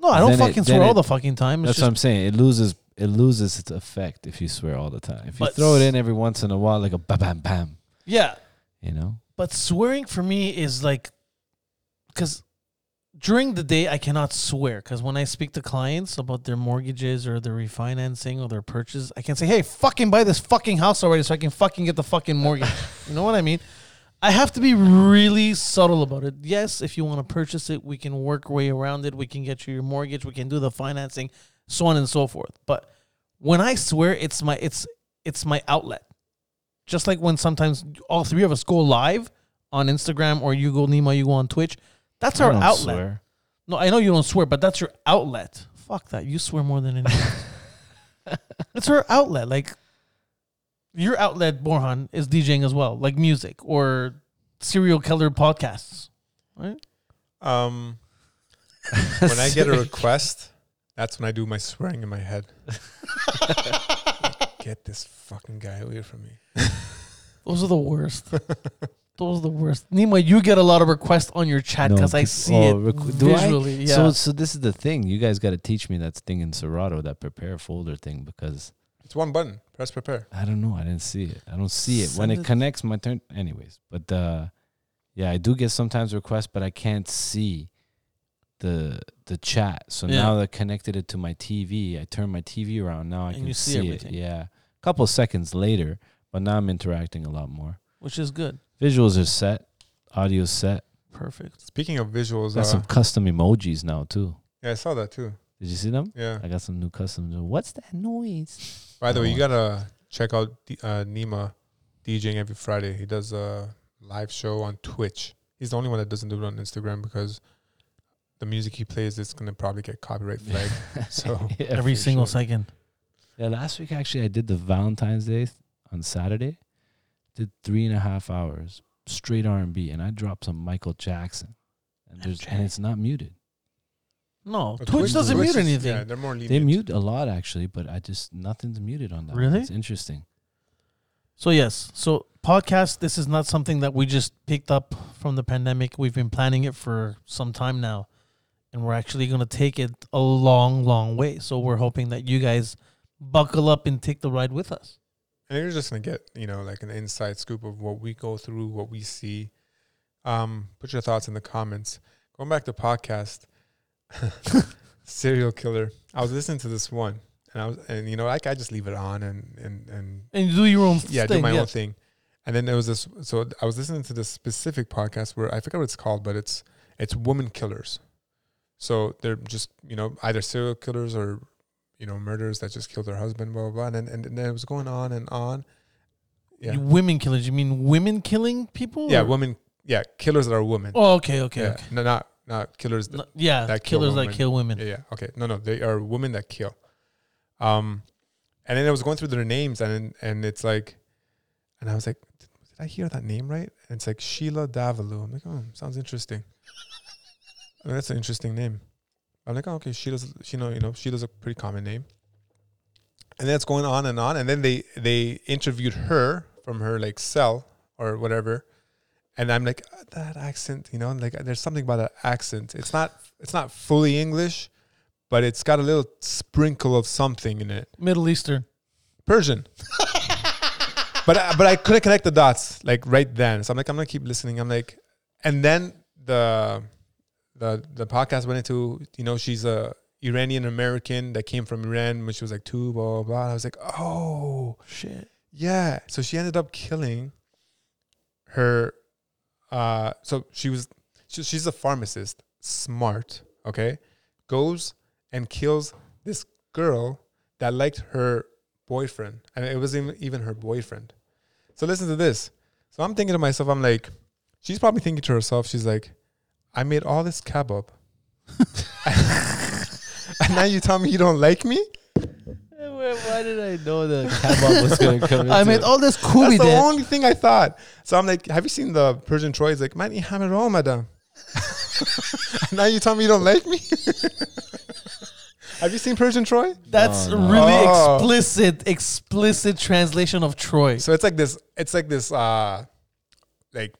No, I don't Then it- fucking then swear all it- the fucking time. It's That's what I'm saying. It loses it loses its effect if you swear all the time. If you But throw s- it in every once in a while, like a bam bam bam, just- yeah, you know. but swearing for me is like, because during the day, I cannot swear because when I speak to clients about their mortgages or their refinancing or their purchase, I can say, "Hey, fucking buy this fucking house already, so I can fucking get the fucking mortgage." you know what I mean? I have to be really subtle about it. Yes, if you want to purchase it, we can work way around it. We can get you your mortgage. We can do the financing, so on and so forth. But when I swear, it's my it's it's my outlet. Just like when sometimes all three of us go live on Instagram or you go Nima, you go on Twitch. That's our I don't outlet. swear. No, I know you don't swear, but that's your outlet. Fuck that. You swear more than anything. it's her outlet. Like your outlet, Borhan, is DJing as well, like music or serial killer podcasts. Right? Um, when I get a request, that's when I do my swearing in my head. get this fucking guy away from me. Those are the worst. Those are the worst. Nima, you get a lot of requests on your chat No, because I peop- see oh, it requ- do I? visually. Yeah. So so this is the thing. You guys got to teach me that thing in Serato, that prepare folder thing, because It's one button. Press prepare. I don't know. I didn't see it. I don't see it when Send it it- connects. My turn, anyways. But uh, yeah, I do get sometimes requests, but I can't see the the chat. So Yeah. now that I connected it to my TV, I turn my TV around. Now I And can you see see, it. everything. Yeah, a couple seconds later, but now I'm interacting a lot more. which is good. Visuals are set, audio set. Perfect. Speaking of visuals, Got uh, some custom emojis now too. yeah, I saw that too. Did you see them? Yeah. I got some new customs. What's that noise? By the I Oh. way, you want- gotta check out D- uh, Nima DJing every Friday. He does a live show on Twitch. He's the only one that doesn't do it on Instagram because the music he plays is gonna probably get copyright flagged. so Yeah, Every for single sure. second. Yeah, last week actually, I did the Valentine's Day th- on Saturday. Did three and a half hours straight R and B, and I dropped some Michael Jackson, and there's and it's not muted. No, But Twitch, doesn't mute is- anything. Yeah, they're more lenient. They mute a lot actually, but I just nothing's muted on that. one. Really? It's interesting. So yes, so podcast. This is not something that we just picked up from the pandemic. We've been planning it for some time now, and we're actually going to take it a long, long way. So we're hoping that you guys buckle up and take the ride with us. and you're just gonna get you know like an inside scoop of what we go through, what we see. Um, put your thoughts in the comments. Going back to podcast, serial killer. I was listening to this one, and I was, and you know, like I just leave it on and and and And do your own yeah, thing. do my own thing. And then there was this. So I was listening to this specific podcast where I forget what it's called, but it's it's woman killers. So they're just you know either serial killers or you know murderers that just killed their husband, blah blah blah. And then, and, then it was going on and on. Yeah, You women killers. You mean women killing people? yeah, Or- women, yeah, killers that are women. Oh, okay, okay, yeah, okay. no, not not killers. That, No, yeah, that kill killers that women. kill women. yeah, yeah, okay, no, no, they are women that kill. Um, and then I was going through their names, and and it's like, and I was like, did I hear that name right? And it's like Sheila Davalou. I'm like, oh, sounds interesting. I mean, that's an interesting name. I'm like, oh, okay, Sheila's, you know, you know, Sheila's a pretty common name. And then it's going on and on, and then they they interviewed her from her like cell or whatever, and I'm like, "Ah, that accent, you know, like there's something about that accent. It's not it's not fully English, but it's got a little sprinkle of something in it. Middle Eastern. Persian. but I, but I couldn't connect the dots like right then. So I'm like, I'm gonna keep listening. I'm like, and then the the the podcast went into you know she's a Iranian American that came from Iran when she was like two, blah blah. blah. I was like, oh Shit. yeah. So she ended up killing her. Uh, so she was she, she's a pharmacist, smart. Okay, goes and kills this girl that liked her boyfriend, and it wasn't even- even her boyfriend. So listen to this. So I'm thinking to myself, I'm like, she's probably thinking to herself, she's like, I made all this kebab, and now you tell me you don't like me. Why did I know the kebab was going to come? I mean, all this kubi That's the there. only thing I thought. So I'm like, have you seen the Persian Troy? He's like, man, you have it all, madam. now you tell me you don't like me? have you seen Persian Troy? That's No, no. really Oh. explicit, explicit translation of Troy. So it's like this, it's like this, uh, like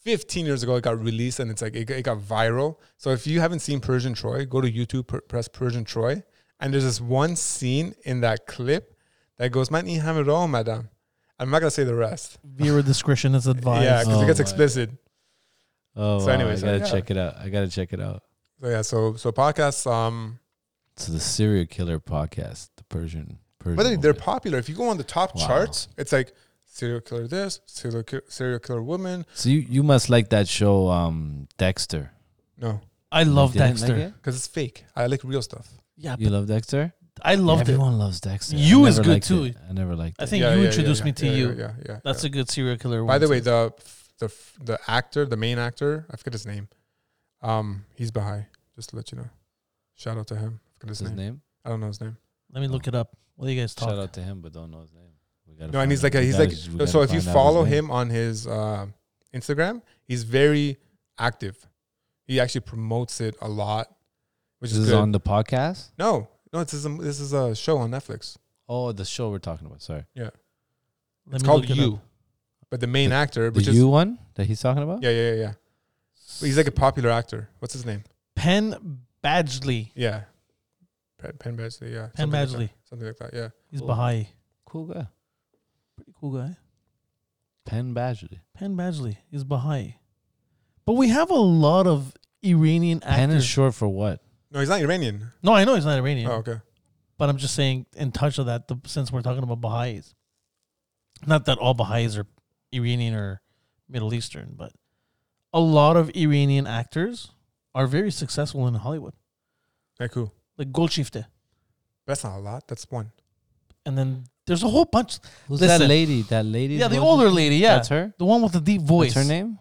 15 years ago, it got released and it's like, it, got- it got viral. So if you haven't seen Persian Troy, go to YouTube, per- press Persian Troy. And there's this one scene in that clip that goes, man, you have it all, madam. I'm not going to say the rest. Viewer discretion is advised. Yeah, because Oh it gets my explicit. oh, so wow, anyways, I gotta yeah. check it out. I gotta check it out. So yeah, so so podcasts. Um, It's the serial killer podcast, the Persian. Persian but they- they're movie. popular. If you go on the top Wow. charts, it's like serial killer this, serial ki- serial killer woman. so you, you must like that show, um, Dexter. No, I You love didn't like Dexter. it? because it's fake. I like real stuff. yeah, You love Dexter? I loved it. Everyone loves Dexter. I You is never good liked too. it. I never liked I it. think Yeah, you yeah, introduced yeah, me to yeah, you. Yeah, yeah. yeah That's a good serial killer. By one, the way, too. the the the actor, the main actor, I forget his name. Um, he's Baha'i. Just to let you know. Shout out to him. I forget his, What's his name. name. I don't know his name. let me look it up. What do you guys Shout talk? out to him, but don't know his name. We gotta No, find and he's out. like a, We he's gotta- like we no, gotta so. If you find out his follow name. him on his uh, Instagram, he's very active. He actually promotes it a lot, which this is is good. on the podcast. no, no, this is a, this is a show on Netflix. Oh, the show we're talking about. Sorry, Let it's me called look it You, up. but the main The- actor, the which is you one that he's talking about. yeah, yeah, yeah, yeah. But he's like a popular actor. What's his name? Penn Badgley. Yeah, Pe- Penn Badgley. Yeah, Penn something like that. Badgley. something like that. Yeah. He's Cool. Baha'i. Cool guy, Pretty cool guy. Penn Badgley. Penn Badgley is Baha'i. But we have a lot of Iranian Penn is actors. short for what? No, he's not Iranian. no, I know he's not Iranian, Oh, okay. but I'm just saying in touch of that the, since we're talking about Baha'is. Not that all Baha'is are Iranian or Middle Eastern, but a lot of Iranian actors are very successful in Hollywood. Like who? Like Golshifte. That's not a lot. That's one. And then there's a whole bunch. Who's that Listen. lady? That lady. Yeah, the older lady, yeah. That's her. the one with the deep voice. What's her name?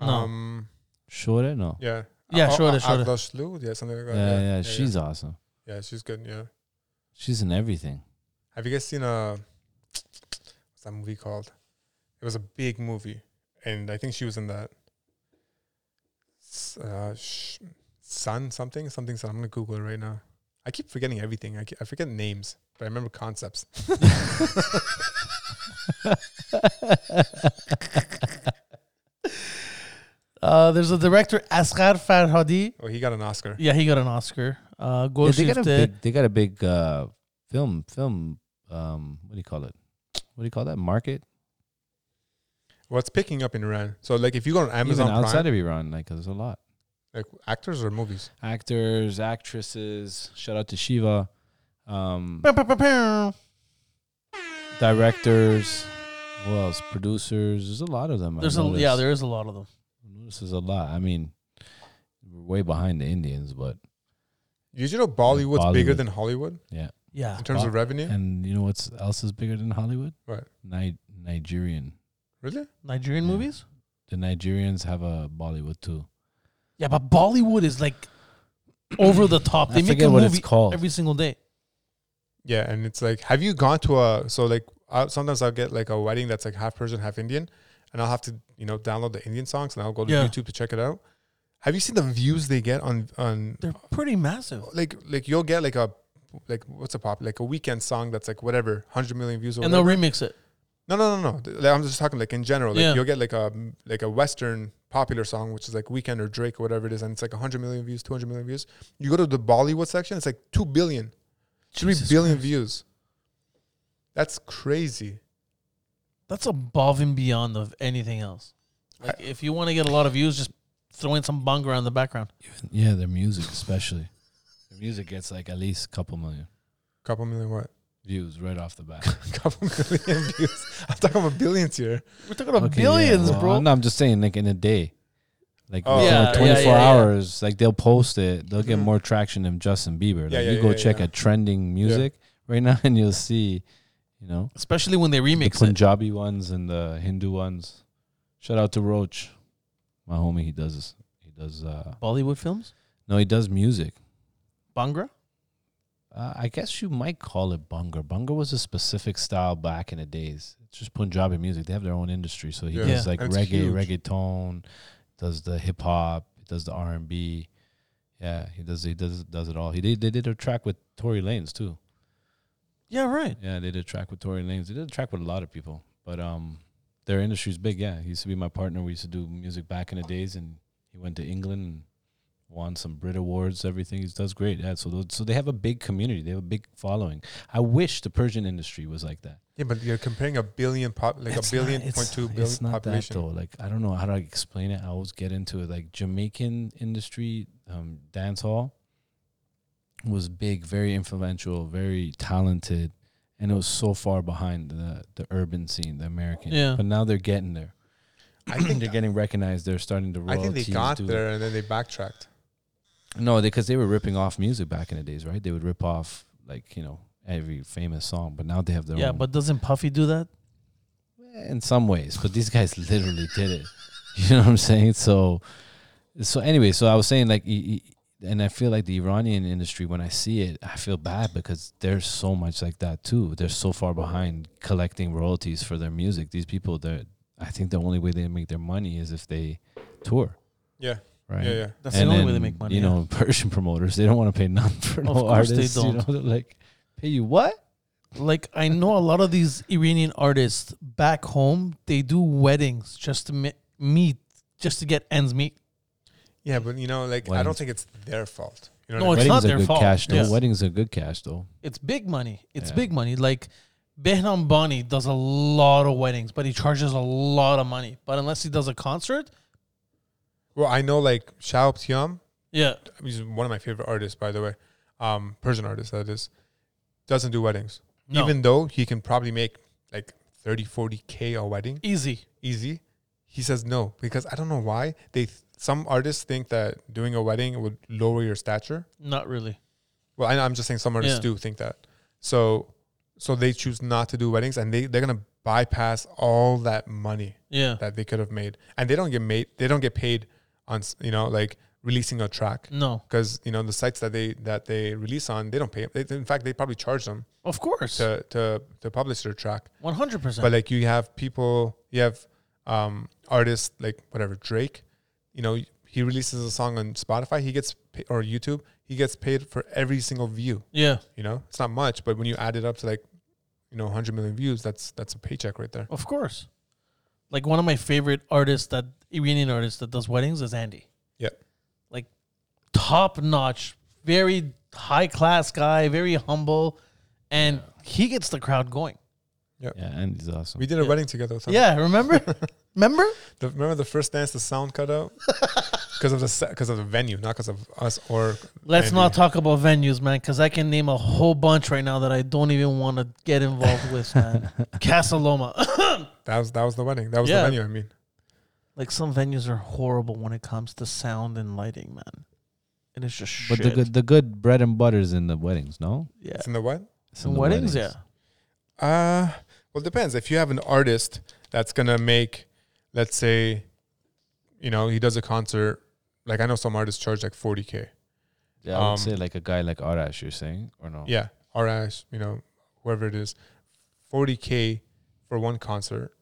No. Um, Shorter? No. yeah. Yeah, A- sure, A- sure. Agdashlu? Yeah, something like Yeah, that. yeah. she's awesome. yeah. yeah, she's good. Yeah. She's in everything. Have you guys seen a what's that movie called? It was a big movie, and I think she was in that. S- Uh, sh- sun something something. So I'm gonna Google it right now. I keep forgetting everything. I, ke- I forget names, but I remember concepts. Uh, there's a director, Asghar Farhadi. Oh, he got an Oscar. Yeah, he got an Oscar. Uh, Yeah, Golshifte. they got a big. They got a big uh, film. Film. Um, what do you call it? What do you call that? Market. Well, it's picking up in Iran. So, like, if you go on Amazon Even outside Prime, of Iran, like there's a lot. like actors or movies. Actors, actresses. Shout out to Shiva. Um, Bow, bow, bow, bow. directors. Who else? Producers. There's a lot of them. I There's a yeah, noticed. there is a lot of them. This is a lot. I mean, we're way behind the Indians, but Did you know Bollywood's bigger Bollywood. than Hollywood Yeah, in terms of Bo- revenue? and you know what's else is bigger than Hollywood? What? Ni- Nigerian. Really? Nigerian Yeah. movies. The Nigerians have a Bollywood too. Yeah, but Bollywood is like over the top. They I make a forget what it's movie called. every single day. Yeah, and it's like, have you gone to a so like I, sometimes I'll get like a wedding that's like half Persian, half Indian, and I'll have to you know download the Indian songs and I'll go to Yeah. YouTube to check it out. Have you seen the views they get on on They're pretty massive. like like you'll get like a like what's a pop like a weekend song that's like whatever hundred million views or And they'll whatever. remix it. no no no no Th- like, I'm just talking like in general like Yeah. you'll get like a like a Western popular song which is like Weekend or Drake or whatever it is and it's like hundred million views two hundred million views you go to the Bollywood section it's like two billion Three billion Jesus Christ. views. That's crazy. That's above and beyond of anything else. Like if you want to get a lot of views, just throw in some bhangra in the background. Even, yeah, their music especially. their music gets like at least a couple million Couple million what? views right off the bat. Couple million views. I'm talking about billions here. We're talking about Okay, yeah, billions, well, bro. I'm, I'm just saying, like in a day. Like Oh, within, like, Yeah, yeah, 24 yeah, yeah. hours, like they'll post it, they'll get Mhm. more traction than Justin Bieber. Like Yeah, yeah, you go yeah, check yeah. a trending music right now, and you'll see, you know, Especially when they the remix it. Punjabi ones and the Hindu ones. Shout out to Roach, my homie. He does. He does. uh Bollywood films, No, he does music. bhangra. Uh, I guess you might call it bunga. Bunga was a specific style back in the days. It's just Punjabi music. They have their own industry. So he Yeah. does Yeah. like And it's reggae, huge. reggaeton, does the hip hop, does the R and B. Yeah, he does. He does does it all. He did. They did a track with Tory Lanez too. Yeah, right. Yeah, they did a track with Tory Lanez. They did a track with a lot of people. But um, their industry's big. Yeah, he used to be my partner. We used to do music back in the days, and he went to England and won some Brit awards, everything. He does great. Yeah, so those, so they have a big community. They have a big following. I wish the Persian industry was like that. Yeah, but you're comparing a billion pop, like It's a billion not- point it's- two billion It's not population. that though. Like I don't know how to explain it. I always get into it. Like Jamaican industry, um, dance hall was big, very influential, very talented, and it was so far behind the the urban scene, the American. Yeah. But now they're getting there. I think they're getting recognized. They're starting to. I think they royalties got do- there and then they backtracked. No, because they, were ripping off music back in the days, right? They would rip off like you know every famous song, but now they have their yeah, own. but doesn't Puffy do that? in some ways, but these guys literally did it. You know what I'm saying? So, so anyway, so I was saying like, e- e- and I feel like the Iranian industry when I see it, I feel bad because there's so much like that too. They're so far behind collecting royalties for their music. These people, they are I think the only way they make their money is if they tour, Yeah, right? yeah, yeah. That's the only way they then, make money. You yeah. know, Persian promoters, they don't want to pay none for Of no course they artists. You know, don't. they're like, pay you what? like I know a lot of these Iranian artists back home, they do weddings just to me- meet, just to get ends meet. Yeah, but you know, like I don't Weddings. think it's their fault. You know No, what I it's mean? not are their good fault. cash though. Yes. Weddings are good cash though. It's big money. It's Yeah. big money. Like Behnam Bani does a lot of weddings, but he charges a lot of money. But unless he does a concert, Well, I know like Shao Tiam, yeah, he's one of my favorite artists, by the way, um, Persian artist that is, doesn't do weddings. no, Even though he can probably make like 30, 40 k a wedding easy. easy, he says no because I don't know why they. Th- some artists think that doing a wedding would lower your stature. Not really. Well, I, I'm just saying some artists Yeah. do think that. So, so they choose not to do weddings, and they they're gonna bypass all that money Yeah. that they could have made, and they don't get made. They don't get paid on s- you know like releasing a track No. because you know the sites that they that they release on they don't pay. They, in fact, they probably charge them Of course. to to to publish their track. One hundred percent. But like you have people, you have um artists like whatever Drake, you know he releases a song on Spotify, he gets pa- or YouTube, he gets paid for every single view Yeah. you know it's not much but when you add it up to like you know 100 million views that's that's a paycheck right there Of course. Like one of my favorite artists that Iranian artist that does weddings is Andy. Yeah. Like top notch, very high class guy, very humble, and he gets the crowd going. Yeah, and he's awesome. we did a Yeah. wedding together Tom. Yeah, remember? remember? the, remember the first dance the sound cut out because of the because of the venue not because of us or Let's Andy. not talk about venues, man, because I can name a whole bunch right now that I don't even want to get involved with, man. Casaloma. that was that was the wedding that was Yeah. the venue i mean like some venues are horrible when it comes to sound and lighting, man. And it's just But shit. the good, the good bread and butters in the weddings, no? yeah. it's in the what It's in Some the weddings, yeah. uh well it depends if you have an artist that's gonna make let's say you know he does a concert like i know some artists charge like 40k Yeah, I would Um, say like a guy like Arash, you're saying, or no? Yeah, or as you know, whoever it is, forty k for one concert.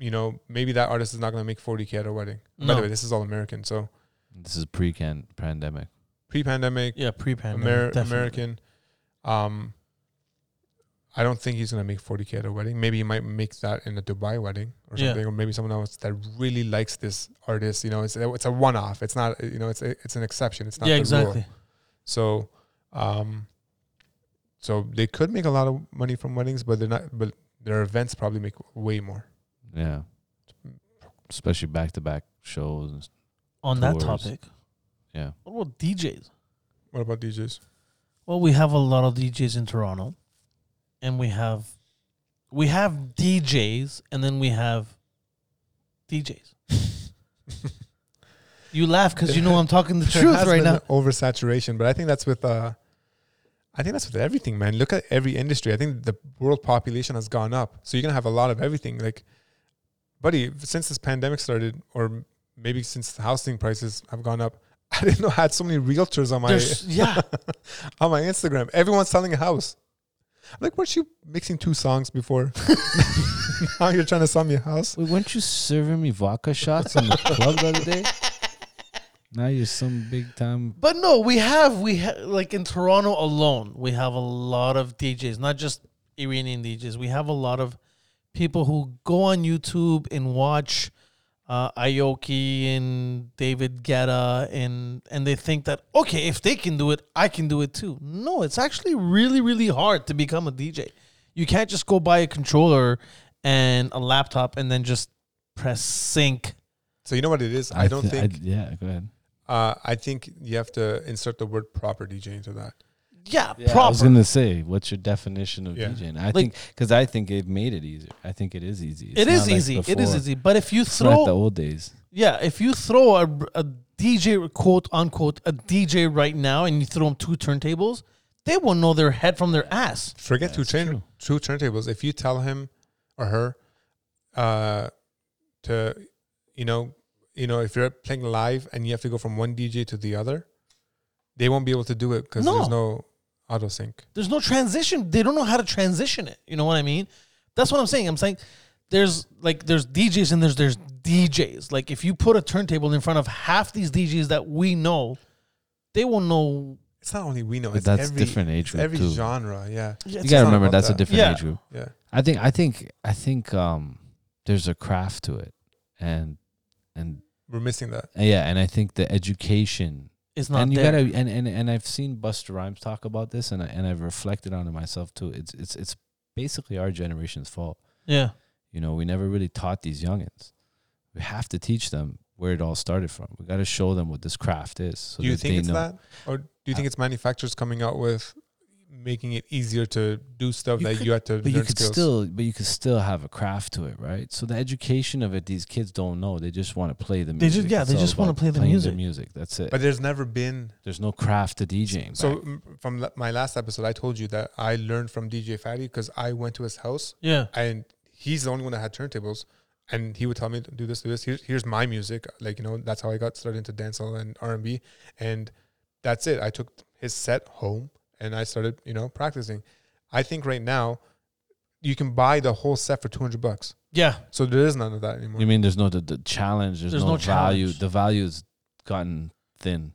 You know, maybe that artist is not going to make forty k at a wedding. By No. the way, this is all American, so This is pre-pandemic. pre-pandemic, Yeah, pre-pandemic. Amer- definitely. American. Um, I don't think he's going to make forty k at a wedding. Maybe he might make that in a Dubai wedding or Yeah. something, or maybe someone else that really likes this artist. You know, it's a, it's a one off. It's not you know it's a, it's an exception. It's not Yeah, the rule. exactly. So, um, so they could make a lot of money from weddings, but they're not. But their events probably make way more. Yeah, especially back-to-back shows. and s- On that Tours. topic, Yeah, what about DJs? What about DJs? Well, we have a lot of DJs in Toronto, and we have we have DJs, and then we have DJs. you laugh because you know I'm talking the There truth has right been now. an Oversaturation, but I think that's with. Uh, I think that's with everything, man. Look at every industry. I think the world population has gone up, so you're gonna have a lot of everything. Like, buddy, since this pandemic started, or maybe since the housing prices have gone up, I didn't know I had so many realtors on my There's, yeah, on my Instagram. Everyone's selling a house. I'm like, weren't you mixing two songs before? now you're trying to sell me a house. Wait, weren't you serving me vodka shots in the club the other day? Now you're some big time. but no, we have we ha- like in Toronto alone, we have a lot of DJs, not just Iranian DJs. We have a lot of people who go on YouTube and watch uh, Aoki and David Guetta, and and they think that okay, if they can do it, I can do it too. No, it's actually really really hard to become a DJ. You can't just go buy a controller and a laptop and then just press sync. So you know what it is. I, don't thi- I- think. yeah, go ahead. uh, I think you have to insert the word proper DJ into that. Yeah, I proper. was gonna say, what's your definition of Yeah. DJing? I think because I think it made it easier. I think it is easy. It's it is not like easy. It is before. easy. But if you It's not the throw, old days. yeah, if you throw a, a DJ quote unquote a DJ right now and you throw them two turntables, they will know their head from their ass. Forget two, That's turn- true. two turntables. If you tell him or her uh, to, you know, you know, if you're playing live and you have to go from one DJ to the other, they won't be able to do it because there's no auto sync. There's no transition. They don't know how to transition it. You know what I mean? That's what I'm saying. I'm saying there's like there's DJs and there's there's DJs. Like if you put a turntable in front of half these DJs that we know, they will know. It's not only we know. But It's that's every, different age it's group every too. genre. Yeah, You gotta not remember about that's a that. different Yeah. age group. yeah. I think I think I think um there's a craft to it, and and uh, We're missing that. yeah, and I think the education It's not and you there. gotta and, and and I've seen Buster Rhymes talk about this and I, and I've reflected on it myself too. It's it's it's basically our generation's fault. yeah. You know, we never really taught these youngins. We have to teach them where it all started from. We gotta show them what this craft is. So do you that think they it's know. that, or do you think Uh, it's manufacturers coming out with making it easier to do stuff You that could- you had to But learn you could skills? still but you could still have a craft to it, right? So the education of it these kids don't know. They just wanna play the They music. just- yeah, It's they all just wanna about play the playing music. music. That's it. but there's never been There's no craft to DJing. So back. m- from la- my last episode, I told you that I learned from DJ Fatty because I went to his house Yeah. and he's the only one that had turntables, and he would tell me do this, do this. Here's here's my music, like you know that's how I got started into dancehall and R and B, and that's it. I took his set home and I started you know practicing. I think right now you can buy the whole set for two hundred bucks, Yeah. so there is none of that anymore. You mean there's no the, the challenge? There's, There's no, no value. challenge. The value's gotten thin.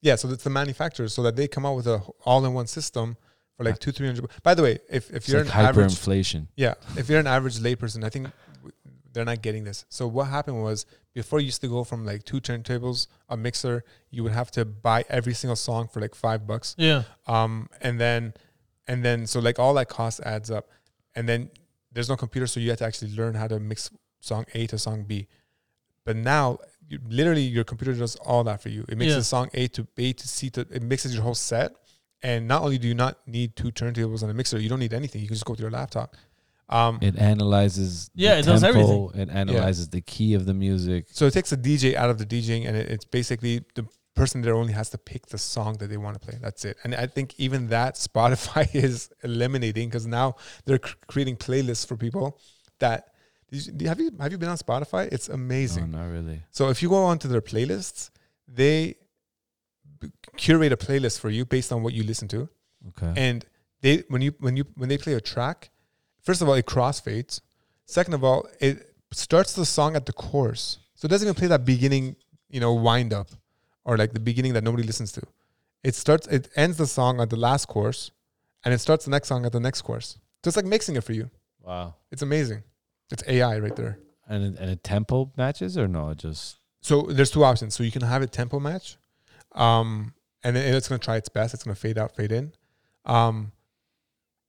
Yeah, so it's the manufacturers, so that they come out with a all-in-one system for like two, three hundred. By the way, if if Uh, It's you're like an average hyperinflation. Yeah, if you're an average layperson, I think w- they're not getting this. So what happened was before you used to go from like two turntables, a mixer, you would have to buy every single song for like five bucks. Yeah. Um, and then, and then so like all that cost adds up, and then there's no computer, so you have to actually learn how to mix song A to song B. But now, you, literally, your computer does all that for you. It makes Yeah. the song A to B to C to it mixes your whole set. And not only do you not need two turntables and a mixer, you don't need anything. You can just go to your laptop. Um, It analyzes. Yeah, it does tempo, It analyzes the key of the music. So it takes the DJ out of the DJing, and it, it's basically the person there only has to pick the song that they want to play. That's it. And I think even that Spotify is eliminating because now they're cr- creating playlists for people that. Did you, have you have you been on Spotify? It's No, amazing. not really. So if you go onto their playlists, they b- curate a playlist for you based on what you listen to Okay. and they when you when you when they play a track first of all it crossfades second of all it starts the song at the chorus so it doesn't even play that beginning you know wind up or like the beginning that nobody listens to it starts it ends the song at the last chorus and it starts the next song at the next chorus so it's like mixing it for you wow. it's amazing it's ai right there And it- and a tempo matches or no? It just so there's two options so you can have it tempo match um and then it's going to try its best it's going to fade out fade in um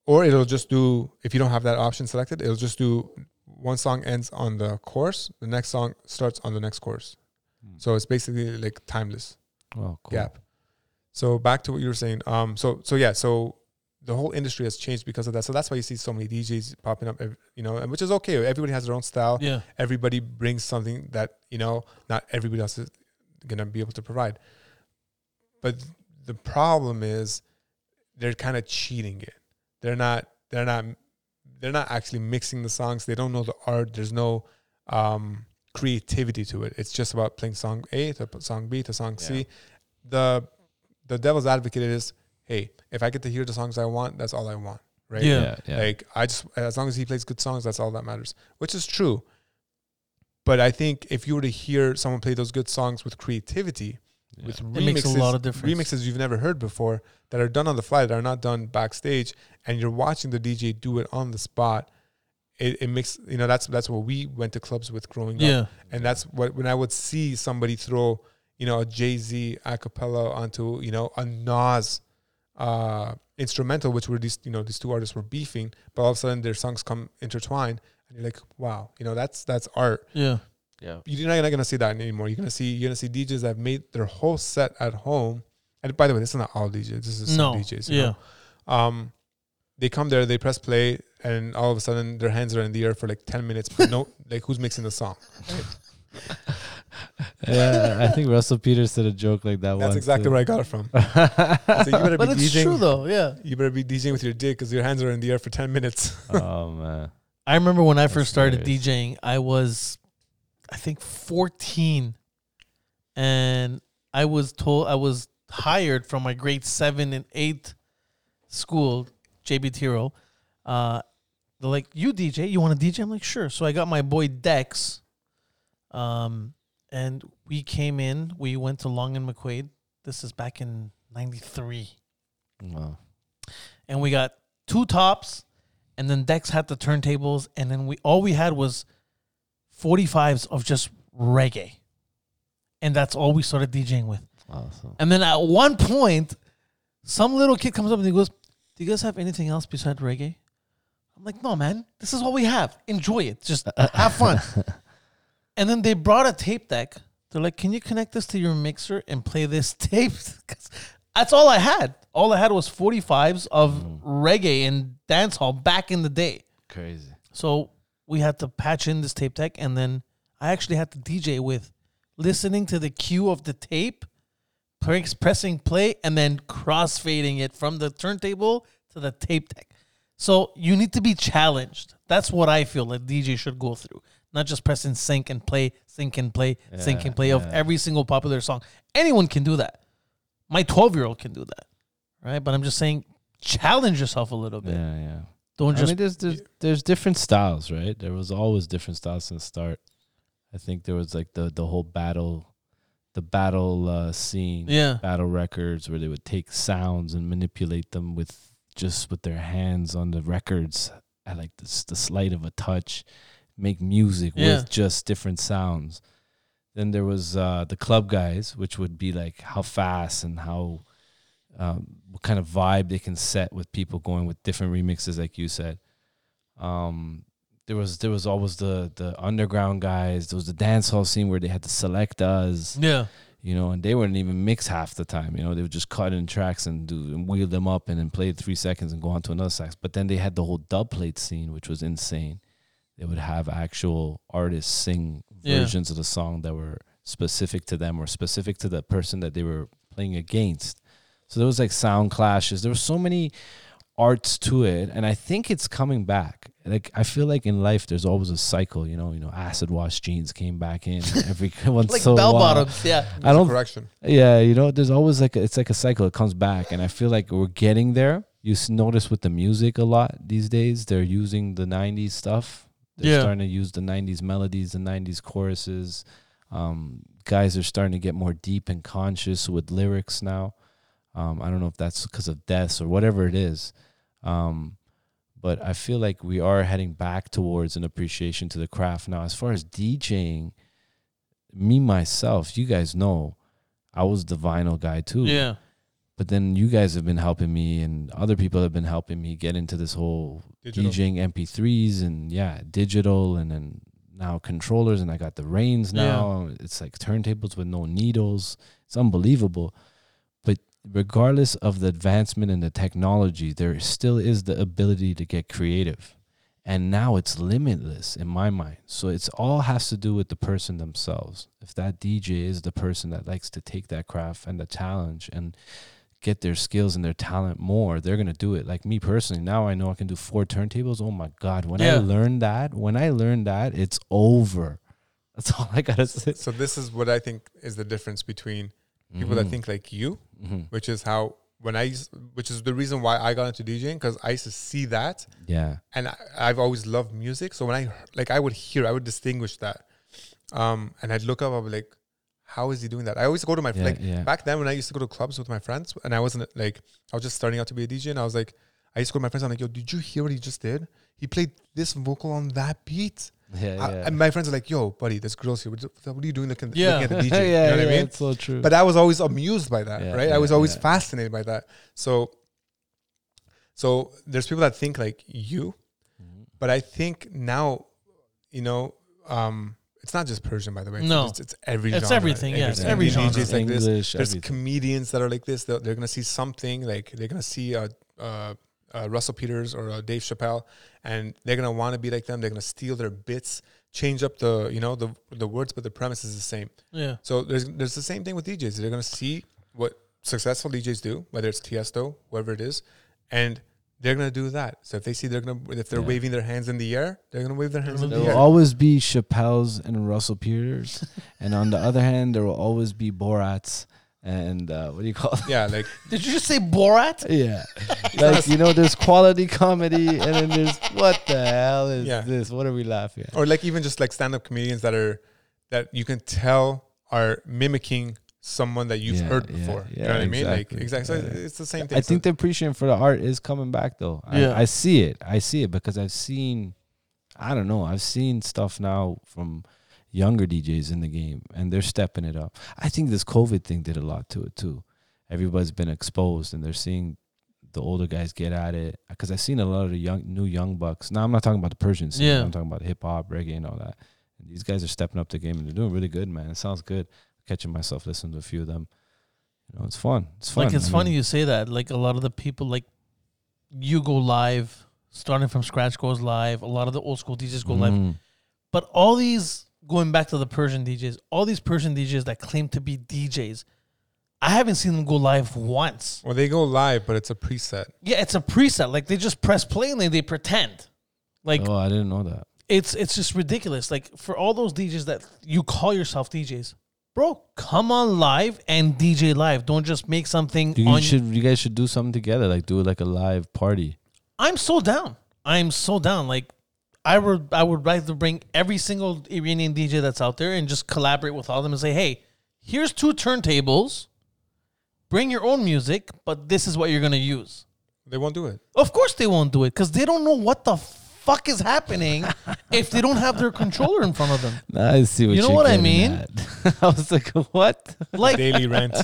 or it'll just do if you don't have that option selected it'll just do one song ends on the course the next song starts on the next course Hmm. so it's basically like timeless oh cool. gap so back to what you were saying um so so yeah so the whole industry has changed because of that so that's why you see so many djs popping up ev- you know and which is okay everybody has their own style Yeah. everybody brings something that you know not everybody else is gonna be able to provide but the problem is they're kind of cheating it they're not they're not they're not actually mixing the songs they don't know the art there's no um creativity to it it's just about playing song a to p- song b to song Yeah. c the the devil's advocate is hey if i get to hear the songs i want that's all i want right Yeah. Yeah. yeah. like I just as long as he plays good songs, that's all that matters, which is true. But I think if you were to hear someone play those good songs with creativity, Yeah. with remixes, It makes a lot of difference. remixes you've never heard before that are done on the fly that are not done backstage, and you're watching the DJ do it on the spot, it, it makes you know that's that's what we went to clubs with growing up, Yeah. and that's what when I would see somebody throw you know a Jay Z acapella onto you know a Nas uh, instrumental, which were these you know these two artists were beefing, but all of a sudden their songs come intertwined, and you're like, wow, you know that's that's art. Yeah. Yeah. You're not, not gonna see that anymore. You're gonna see you're gonna see DJs that made their whole set at home. And by the way, this is not all DJs. This is No. some DJs. you know? yeah. um, they come there, they press play, and all of a sudden their hands are in the air for like ten minutes. But no, like who's mixing the song? yeah, I think Russell Peters did a joke like that That's exactly where I got it from. right. So you better But be it's DJing. true though. Yeah. You better be DJing with your dick because your hands are in the air for ten minutes. Uh, oh man. I remember when I That's first started hilarious. DJing, I was, I think, 14. And I was told, I was hired from my grade seven and eight school, JB Tiro. Uh, they're like, You DJ? You want to DJ? I'm like, Sure. So I got my boy Dex. Um, and we came in, we went to Long and McQuaid. This is back in 93 Wow. and we got two tops, and then Dex had the turntables, and then we all we had was forty fives of just reggae, and that's all we started DJing with. Awesome. And then at one point, some little kid comes up and he goes, "Do you guys have anything else besides reggae?" I'm like, "No, man. This is what we have. Enjoy it. Just have fun." and then they brought a tape deck. They're like, "Can you connect this to your mixer and play this tape?" 'Cause That's all I had. All I had was 45s of reggae and dancehall back in the day. Crazy. So we had to patch in this tape deck, and then I actually had to DJ with listening to the cue of the tape, press, pressing play, and then crossfading it from the turntable to the tape deck. So you need to be challenged. That's what I feel that DJ should go through. Not just pressing sync and play, sync and play, sync Yeah, and play of yeah. every single popular song. Anyone can do that. My 12 year old can do that. Right? But I'm just saying, challenge yourself a little bit. Yeah, yeah. Don't I just mean, there's, there's there's different styles, right? There was always different styles from the start. I think there was like the the whole battle, the battle uh, scene, Yeah. battle records, where they would take sounds and manipulate them with just with their hands on the records at like this, the slight of a touch, make music Yeah. with just different sounds. Then there was uh, the club guys, which would be like how fast and how um, what kind of vibe they can set with people going with different remixes, like you said. Um, there was there was always the the underground guys. There was the dance hall scene where they had to select us, Yeah. you know, and they wouldn't even mix half the time. You know, they would just cut in tracks and do and wheel them up and then play three seconds and go on to another sax. But then they had the whole dub plate scene, which was insane. They would have actual artists sing Yeah. versions of the song that were specific to them or specific to the person that they were playing against. So there was like sound clashes. There were so many arts to it, and I think it's coming back. Like I feel like in life, there's always a cycle. You know, you know, acid wash jeans came back in every once Like so uh, bell while. bottoms. Yeah. I don't correction. yeah, you know, there's always like a, it's like a cycle. It comes back, and I feel like we're getting there. You s- notice with the music a lot these days. They're using the '90s stuff. They're Yeah. starting to use the '90s melodies, the '90s choruses. Um, guys are starting to get more deep and conscious with lyrics now. Um, I don't know if that's because of deaths or whatever it is. Um, but I feel like we are heading back towards an appreciation to the craft now. As far as DJing, me myself, you guys know, I was the vinyl guy too. Yeah. But then you guys have been helping me, and other people have been helping me get into this whole Digital. DJing MP3s and yeah, digital, and then now controllers, and I got the reins Yeah. now. It's like turntables with no needles. It's unbelievable. But regardless of the advancement in the technology, there still is the ability to get creative. And now it's limitless in my mind. So it's all has to do with the person themselves. If that DJ is the person that likes to take that craft and the challenge and get their skills and their talent more, they're gonna do it. Like me personally, now I know I can do four turntables. Oh my god! When I Yeah. learned that, when I learned that, it's over. That's all I gotta say. So this is what I think is the difference between people that Mm. Mhm. think like you, Mhm. which is how when I, used, which is the reason why I got into DJing because I used to see that yeah, and I, I've always loved music. So when I hear- like, I would hear, I would distinguish that, um, and I'd look up, I'd be like, "How is he doing that?" I always go to my Yeah, like yeah. back then when I used to go to clubs with my friends, and I wasn't like I was just starting out to be a DJ, and I was like, I used to go to my friends. I'm like, yo, did you hear what he just did? He played this vocal on that beat. Yeah, I- yeah. and my friends are like, yo, buddy, there's girls here. What the- what are you doing looking, Yeah. looking at the yeah, DJ? you know what I mean? It's so true. But I was always amused by that, Yeah, right? yeah, I was always yeah. fascinated by that. So, so there's people that think like you, Mhm. but I think now, you know, um, it's not just Persian, by the way. It's No. just- it's, every. It's genre. everything, yeah, And it's there's every Indian genre. DJs like this. English, There's everything. comedians that are like this. They're, they're gonna see something like they're gonna see a, uh uh Russell Peters or a Dave Chappelle, and they're gonna want to be like them. They're gonna steal their bits, change up the you know the the words, but the premise is the same. Yeah. So there's there's the same thing with DJs. They're gonna see what successful DJs do, whether it's Tiesto, whoever it is, and they're gonna do that. So if they see they're gonna if they're Yeah. waving their hands in the air, they're gonna wave their hands in There the They'll will air. always be Chappelle's and Russell Peters, and on the other hand, there will always be Borats and uh, what do you call? Them? yeah, like Did you just say Borat? Yeah, like you know, there's quality comedy, and then there's what the hell is Yeah. this? What are we laughing at? or like even just like stand up comedians that are that you can tell are mimicking someone that you've Yeah, heard yeah, before. you yeah, know what I mean? Like exactly. exactly. So Yeah. it's the same thing. I So- think the appreciation for the art is coming back though. Yeah. I, I see it. I see it because I've seen, I don't know, I've seen stuff now from younger DJs in the game and they're stepping it up. I think this COVID thing did a lot to it too. Everybody's been exposed and they're seeing the older guys get at it because I've seen a lot of the young, new young bucks. Now I'm not talking about the Persian scene. Yeah. I'm talking about hip hop, reggae, and all that. And these guys are stepping up the game and they're doing really good, man. It sounds good. Catching myself listening to a few of them. You know, it's fun. It's fun. Like it's I mean, funny you say that. Like a lot of the people, like you go live, starting from scratch goes live. A lot of the old school DJs go live. mm. But all these going back to the Persian DJs, all these Persian DJs that claim to be DJs, I haven't seen them go live once. well, they go live, but it's a preset. Yeah, it's a preset. Like they just press play and they, they pretend. Like oh, I didn't know that. it's it's just ridiculous. Like for all those DJs that you call yourself DJs, bro, come on live and DJ live. Don't just make something You on should. You guys should do something together, like do like a live party. I'm so down. I'm so down. Like I would I would like to bring every single Iranian DJ that's out there and just collaborate with all of them and say, hey, here's two turntables. Bring your own music, but this is what you're gonna use. They won't do it. Of course they won't do it because they don't know what the fuck is happening if they don't have their controller in front of them. I see what You know you're what I getting mean? at. I was like, what? Like Daily rent.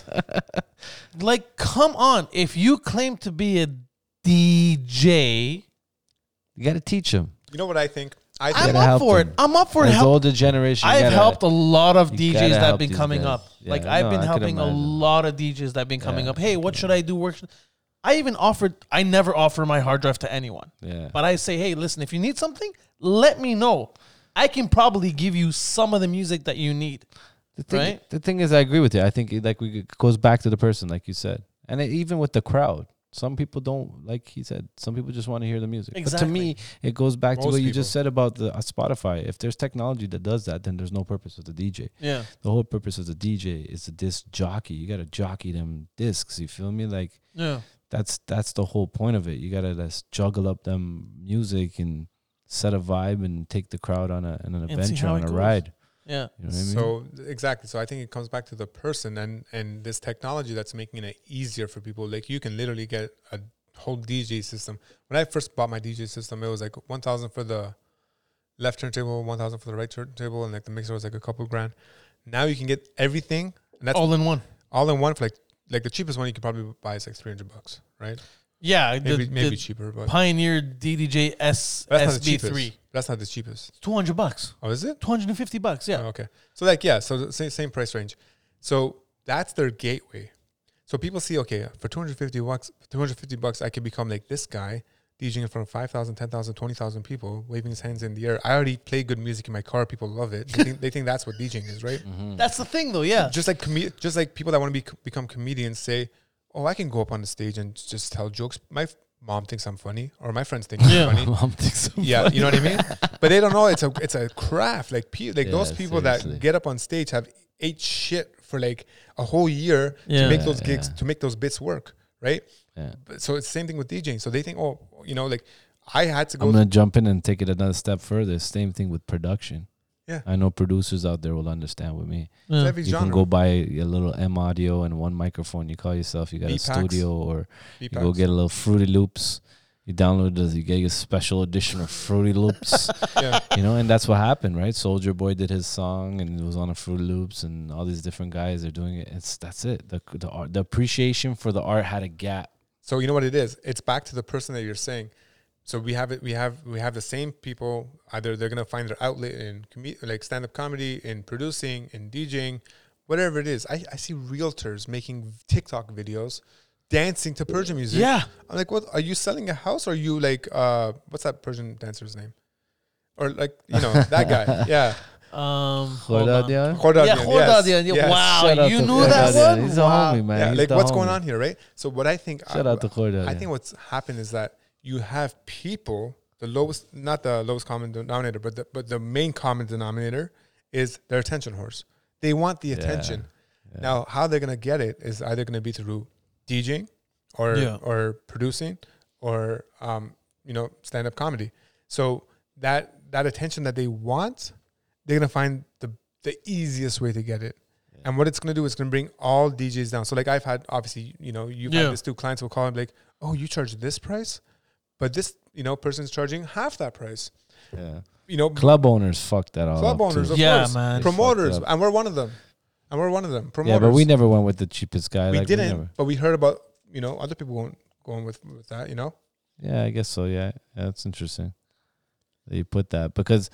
like come on. If you claim to be a DJ, You got to teach them. You know what I think? I think I'm gotta up help for it. them. I'm up for it. As Help older generation, you I've gotta- helped a lot of DJs you gotta that help have been these coming guys. up. Yeah, like no, I've I been can helping a imagine. lot of DJs that have been coming Yeah, up. I Hey, can what should I do? Work. I even offered. I never offer my hard drive to anyone, Yeah. but I say, hey, listen, if you need something, let me know. I can probably give you some of the music that you need. The thing, Right? the thing is, I agree with you. I think it, like we it goes back to the person, like you said, and it, even with the crowd, some people don't like he said. Some people just want to hear the music. But to Exactly. me, it goes back to Most what you people. just said about the uh, Spotify. If there's technology that does that, then there's no purpose of the DJ. Yeah, The whole purpose of the DJ is the disc jockey. You got to jockey them discs. You feel me? Like yeah. that's that's the whole point of it. You gotta just juggle up them music and set a vibe and take the crowd on a on an see adventure how on it a goes. ride. Yeah, You know what I mean? So exactly. So I think it comes back to the person and and this technology that's making it easier for people. Like you can literally get a whole DJ system. When I first bought my DJ system, it was like one thousand for the left turntable, one thousand for the right turntable, and like the mixer was like a couple grand. Now you can get everything, and that's all, all in one. in one for like like the cheapest one you could probably buy is like three hundred bucks, right? Yeah, the, Maybe maybe the cheaper, but Pioneer DDJ S that's not the cheapest. SB3. That's not the cheapest. Two hundred bucks. Oh, is it? Two hundred and fifty bucks. Yeah. Oh, okay. So like yeah, so the same, same price range. So that's their gateway. So people see okay, for 250 bucks, 250 bucks I can become like this guy DJing in front of 5,000, 10,000, 20,000 people, waving his hands in the air. I already play good music in my car. People love it. They think, they think that's what DJing is, right? That's the thing, though. Yeah. Just like com- just like people that want to be, become comedians say, "Oh, I can go up on the stage and just tell jokes." My f- mom thinks I'm funny or my friends think Yeah. I'm funny. Mom thinks I'm Yeah, you know what I mean. But they don't know it's a it's a craft. Like pe- like those Yeah, people seriously. that get up on stage have ate shit for like a whole year Yeah. to make those gigs Yeah. to make those bits work, right? Yeah. But, so it's the same thing with DJing. So they think, oh, you know, like I had to go. I'm gonna jump in and take it another step further. Same thing with production. Yeah. I know producers out there will understand with me. through Yeah. every you genre. can go buy a little M audio and one microphone. You call yourself. You got a Beatpacks. studio, or you Beatbox. go get a little Fruity Loops. You downloaded it, you get a special edition of Fruity Loops, Yeah. you know, and that's what happened, right? Soldier Boy did his song, and it was on a Fruity Loops, and all these different guys are doing it. It's that's it. The the art, the appreciation for the art had a gap. So you know what it is? It's back to the person that you're saying. So we have it. We have we have the same people. Either they're gonna find their outlet in comed- like stand up comedy, in producing, in DJing, whatever it is. I, I see realtors making TikTok videos, dancing to Persian music. Yeah. I'm like, what? Are you selling a house? Or are you like, uh, what's that Persian dancer's name? Or like, you know, that guy. Yeah. Um, hold on. Khordadian? Khordadian, Yeah, Khordadian. yes, Yeah, yes. Shout Wow, out you to knew that Khordadian. one. He's a Wow. homie, man. Yeah, He's like the what's homie. going on here, right? So what I think, Shout out to Khordadian. I think what's happened is that you have people, the lowest, not the lowest common denominator, but the, but the main common denominator is their attention horse. They want the Yeah, attention. yeah. Now, how they're gonna get it is either gonna be through DJing, or Yeah. or producing, or um, you know, stand up comedy. So that that attention that they want, they're gonna find the the easiest way to get it. And what it's gonna do is gonna bring all DJs down. So like I've had obviously, you know, you've Yeah. had this too. Clients will call and be like, "Oh, you charge this price, but this, you know, person's charging half that price." Yeah. You know, Club owners fucked that all club up too. owners, of Yeah, course, man. They promoters, fucked and we're one of them. And we're one of them. Yeah, Promoters. but we never went with the cheapest guy. We like, didn't, never. but we heard about you know other people going going with with that. You know, Yeah, I guess so. Yeah, Yeah, that's interesting that you put that because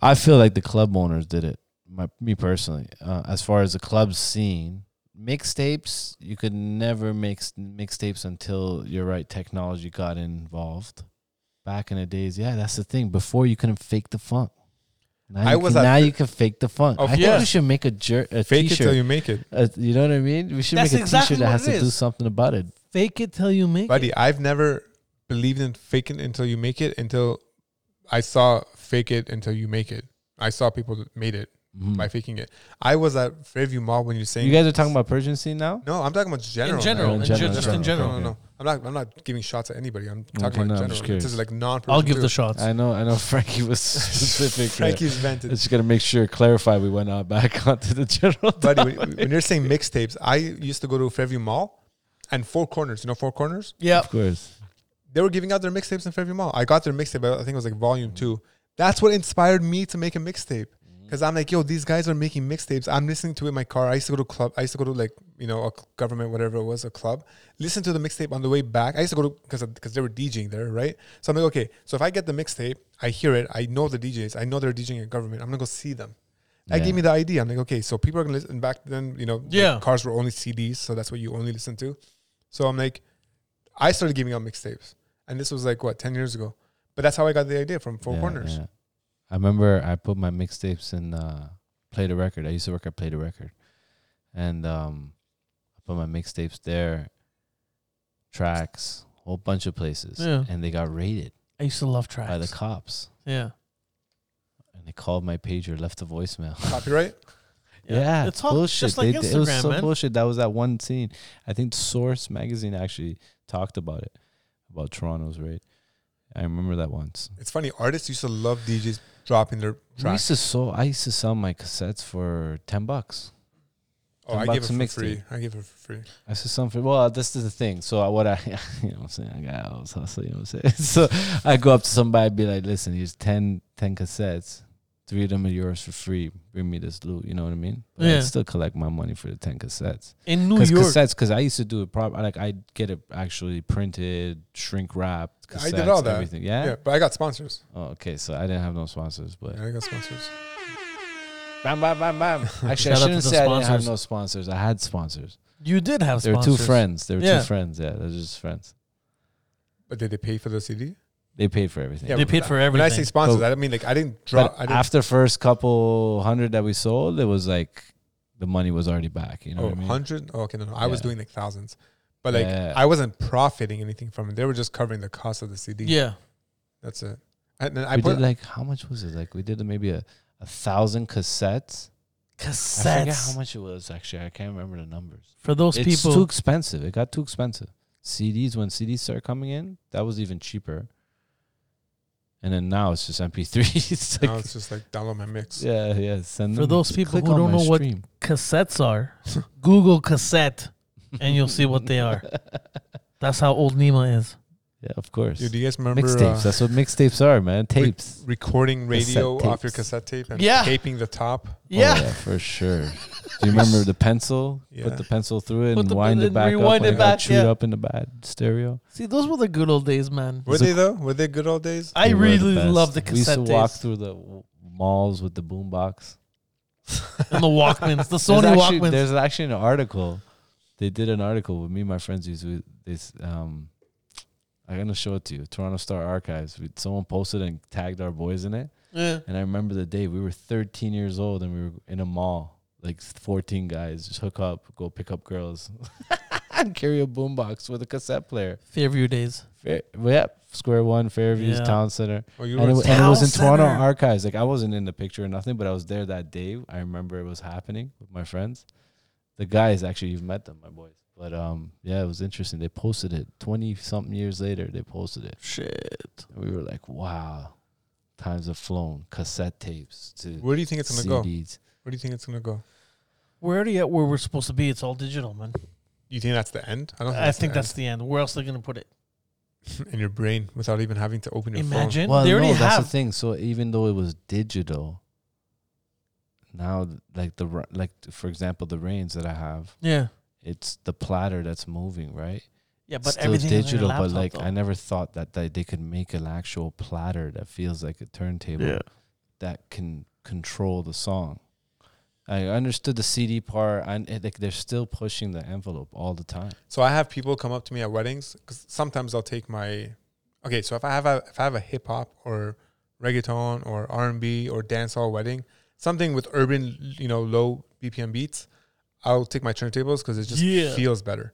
I feel like the club owners did it. My, me personally, uh, as far as the club scene, mixtapes you could never mix mixtapes until you're right. Technology got involved. Back in the days, yeah, that's the thing. Before you couldn't fake the funk. Now I you was can, at now the- you can fake the Oh, funk. Of I think we course. should make a jer- a fake it till t-shirt. you make it, Uh, you know what I mean? We should That's make a exactly t-shirt that what has it to do is. something about it. Fake it till you make it. buddy. I've never believed in fake it until you make it until I saw fake it until you make it. I saw people that made it Mhm. by faking it. I was at Fairview Mall when you're saying You guys are talking about Persian scene now? No, I'm talking about general. In general, Oh, in in general, gen- just in in general. general. No, no, no. I'm not. I'm not giving shots at anybody. I'm Okay, talking no, about I'm in just general. This is curious. like non. I'll give the uh, shots. I know, I know. Frankie was specific. Frankie, Frankie's vented. it's just gonna make sure clarify we went out back onto the general. Buddy, when, when you're saying mixtapes, I used to go to Fairview Mall, and Four Corners. You know Four Corners? yeah, of course. They were giving out their mixtapes in Fairview Mall. I got their mixtape. I think it was like Volume Two. That's what inspired me to make a mixtape. Cause I'm like, yo, these guys are making mixtapes. I'm listening to it in my car. I used to go to club. I used to go to like, you know, a government, whatever it was, a club. Listen to the mixtape on the way back. I used to go to because because they were DJing there, right? So I'm like, okay. So if I get the mixtape, I hear it. I know the DJs. I know they're DJing at government. I'm gonna go see them. That Yeah. gave me the idea. I'm like, okay, so people are gonna listen. Back then, you know, Yeah. cars were only CDs, so that's what you only listen to. So I'm like, I started giving out mixtapes, and this was like what ten years ago. But that's how I got the idea from Four Yeah, Corners. yeah. I remember I put my mixtapes in uh, Play the Record. I used to work at Play the Record, and um, I put my mixtapes there, tracks, whole bunch of places, Yeah. and they got raided I used to love by the tracks. cops, yeah. and they called my pager, left a voicemail. Copyright. Yeah. Yeah, It's all bullshit. just like They- it was Instagram, so man. bullshit. That was that one scene. I think Source magazine actually talked about it, about Toronto's raid. I remember that once. It's funny. Artists used to love DJs dropping their I tracks. used to so I used to sell my cassettes for ten bucks. Oh, I give it Ten bucks for a mixtape. free. I give it for free. I used to sell 'em for well, this is the thing. So I, what I you know what I'm saying I got I was hustling. You know what I'm saying. So I go up to somebody, I'd be like, listen, here's 10, 10 cassettes. Three of them are yours for free. Bring me this loot. You know what I mean? But Yeah. I'd still collect my money for the ten cassettes. In New Cause York. cassettes, because I used to do it proper. Like I get it actually printed, shrink wrapped. Cassettes, I did all that. Everything. Yeah? Yeah. but I got sponsors. Oh, okay. So I didn't have no sponsors, but Yeah, I got sponsors. bam, bam, bam, bam. Actually, Shout out I to shouldn't the say I didn't have sponsors. no sponsors. I had sponsors. You did have They were sponsors. two friends. They were Yeah. two friends. Yeah, they're just friends. But did they pay for the CD? They paid for everything. Yeah, They paid for When I everything. say sponsors, But- I don't mean like I didn't drop. But I didn't, after first couple hundred that we sold, it was like the money was already back. You know oh, what I mean? hundred? Oh, okay, no, no. I was Yeah. doing like thousands, but like Yeah. I wasn't profiting anything from it. They were just covering the cost of the CD. Yeah. that's it. And then I we put did like how much was it? Like we did maybe a, a thousand cassettes. I forget how Cassettes. much it was actually. I can't remember the numbers. For those it's people. too expensive. It got too expensive. CDs when CDs started coming in, that was even cheaper. And then now it's just MP3. it's now like, it's just like download my mix. yeah, yeah. Send For them- those people click who on don't my know what- stream. cassettes are. Google cassette, and you'll see what they are. That's how old Nima is. Yeah, of course. Dude, do you guys remember Mixtapes. uh, That's what mixtapes are, man. Tapes. Oh, recording Cassette radio off your tapes. cassette tape and Yeah. taping the top? Yeah. Oh, for sure. Do you remember the pencil? Yeah. Put the pencil through it Put and the- wind it and back up. rewind and it got back, chewed yeah. up in the bad stereo. See, those were the good old days, man. Were It's a- they though? Were they good old days? I They were really best. love the We used cassette to walk tapes through the w- malls with the boombox. and the Walkmans, the There's Sony actually, Walkmans. there's actually an article. They did an article with me and my friends. Used to- this. Um, I'm gonna show it to you. Toronto Star Archives. We, someone posted and tagged our boys in it. Yeah. And I remember the day we were 13 years old and we were in a mall, like 14 guys, just hook up, go pick up girls, and carry a boombox with a cassette player. Fairview days. Fair, yep, Square One, Fairview's Yeah. Town Center. Oh, you And it, were wa- and it was in Town Toronto Center. Archives. Like I wasn't in the picture or nothing, but I was there that day. I remember it was happening with my friends. The guys actually, you've met them, my boys. But um, yeah, it was interesting. They posted it 20 something years later. They posted it. Shit. And we were like, wow, times have flown. Cassette tapes to Where do you think it's gonna go? CDs. Where do you think it's gonna go? We're already at where we're supposed to be. It's all digital, man. You think that's the end? I Oh, don't. Think I think that's the the end. Where else are they gonna put it? end. in your brain without even having to open your phone. Imagine Well, they already no, that's the have. thing. So even though it was digital, now th- like the ra- like for example the reins that I have, Yeah. it's the platter that's moving, right? Yeah, It's but Still everything is on your digital, but laptop, like though. I never thought that, that they could make an actual platter that feels like a turntable that can control the song. I understood the CD part, and it, like they're still pushing the envelope all the time. So I have people come up to me at weddings because sometimes I'll take my. Okay, so if I have a if I have a hip hop or reggaeton or R and B or dancehall wedding, something with urban, you know, low BPM beats, I'll take my turntables because it just Yeah. feels better.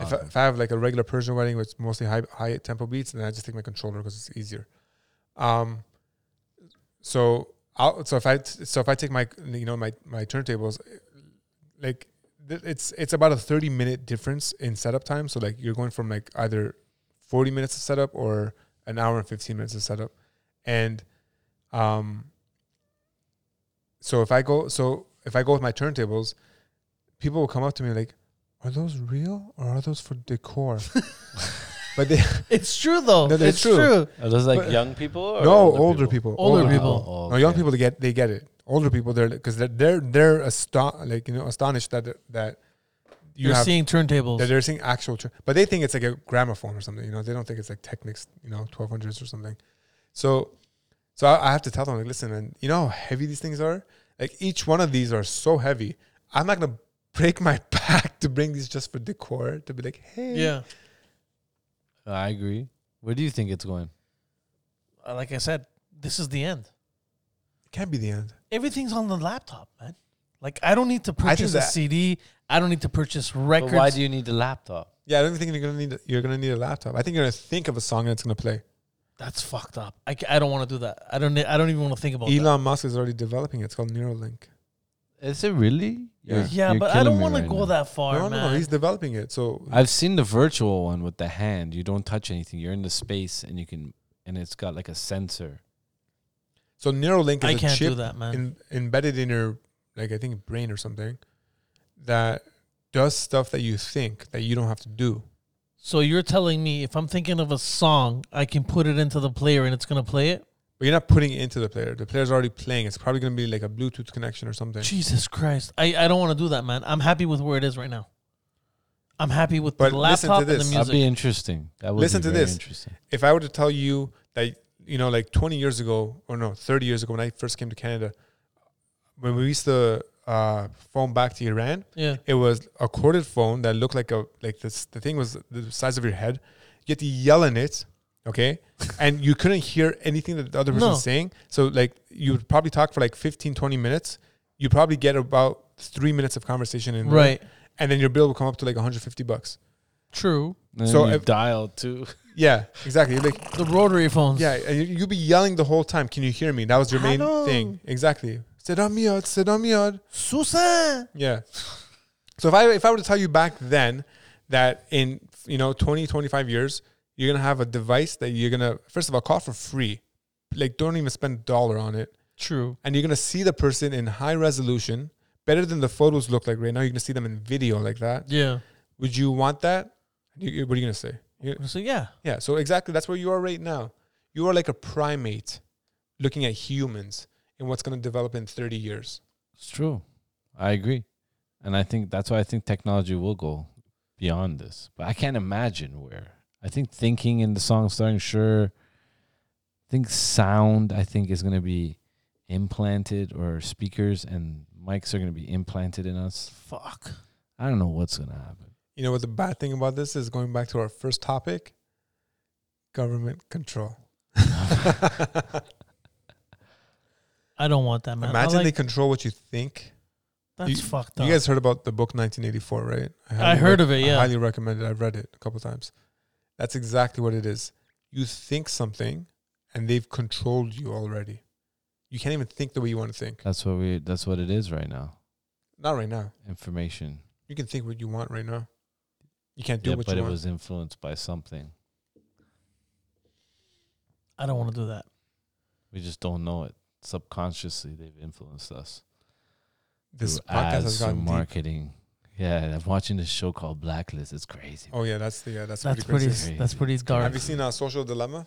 If I, Um, if I have like a regular Persian wedding with mostly high high tempo beats, then I just take my controller because it's easier. Um, so I'll so if I t- so if I take my you know my my turntables, like th- it's it's about a thirty minute difference in setup time. So like you're going from like either forty minutes of setup or an hour and fifteen minutes of setup, and um. So if I go so if I go with my turntables, people will come up to me like, "Are those real or are those for decor?" but they It's true though. No, that's it's true. true. Are those like but- young people? Or no older people, Older people. Oh, No, young okay. people get they get it. Older people, they're because they're they're they're aston like you know astonished that that you You are have seeing turntables. that they're seeing actual, tr- but they think it's like a gramophone or something. You know, they don't think it's like Technics, you know, twelve hundreds or something. So, so I, I have to tell them like, listen, and you know how heavy these things are. Like each one of these are so heavy. I'm not gonna break my back to bring these just for decor to be like, hey, yeah. I agree. Where do you think it's going? Uh, Like I said, this is the end. it can't be the end. Everything's on the laptop, man. Like I don't need to think purchase a that- CD. I don't need to purchase records. But why do you need the laptop? Yeah, I don't think you're gonna need you're gonna need a laptop. I think you're gonna think of a song and it's gonna play. That's fucked up. I, ca- I don't want to do that. I don't. ne- I don't even want to think about Elon Musk is already developing it. It's called Neuralink. Is it really? Yeah. that. Yeah, you're but I killing don't me want to right go now. that far, no, man. no, he's developing it. So I've seen the virtual one with the hand. You don't touch anything. You're in the space, and you can, and it's got like a sensor. so Neuralink I is a can't do chip that, man. in, embedded in your like I think brain or something that does stuff that you think that you don't have to do. so you're telling me if I'm thinking of a song, I can put it into the player and it's gonna play it? But you're not putting it into the player. The player's already playing. It's probably gonna be like a Bluetooth connection or something. Jesus Christ! I, I don't want to do that, man. I'm happy with where it is right now. I'm happy with But the listen to laptop and the this. music. That'd be interesting. That would Listen be to very this. Interesting. if I were to tell you that you know, like 20 years ago, or no, 30 years ago, when I first came to Canada, when we used to uh, phone back to Iran, yeah. it was a corded phone that looked like a like this. The thing was the size of your head. You had to yell in it, okay, and you couldn't hear anything that the other person's No. saying. So like you would probably talk for like 15, 20 minutes. You probably get about three minutes of conversation in, there. Right. And then your bill will come up to like 150 bucks. True. And So so you if- dial too. Yeah, exactly. You're Like The rotary phones. yeah, and you- you'd be yelling the whole time. Can you hear me? That was your main Hello. thing. Exactly. Sedamiyad, sedamiyad. Susan. Yeah. So if I if I were to tell you back then that in you know 20 25 years you're going to have a device that you're going to first of all call for free. Like don't even spend a dollar on it True. and you're going to see the person in high resolution better than the photos look like right now you're going to see them in video like that. Yeah. Would you want that? You- you- What are you going to say? You're- So yeah, yeah, so exactly that's where you are right now. You are like a primate looking at humans and what's going to develop in 30 years. It's true. I agree. And I think that's why I think technology will go beyond this. But I can't imagine where. I think thinking in the song starting sure I think sound I think is gonna be implanted or speakers and mics are gonna be implanted in us. fuck. I don't know what's gonna happen. You know what the bad thing about this is going back to our first topic government control. I don't want that man. I Imagine like, they control what you think. that's fucked up. You guys heard about the book 1984, right? I highly heard of it, I yeah. highly recommend it. I've read it a couple times. That's exactly what it is. You think something, and they've controlled you already. You can't even think the way you want to think. That's what we that's what it is right now. Not right now. Information. You can think what you want right now. You can't do yeah, what but you it want. was influenced by something. I don't want to do that. We just don't know it. Subconsciously they've influenced us. this through podcast has ads or gotten deep. marketing. Yeah, I'm watching this show called Blacklist. It's crazy. Oh yeah, that's the yeah, that's, That's pretty. pretty. crazy. crazy. That's pretty dark. Have you seen uh, Social Dilemma?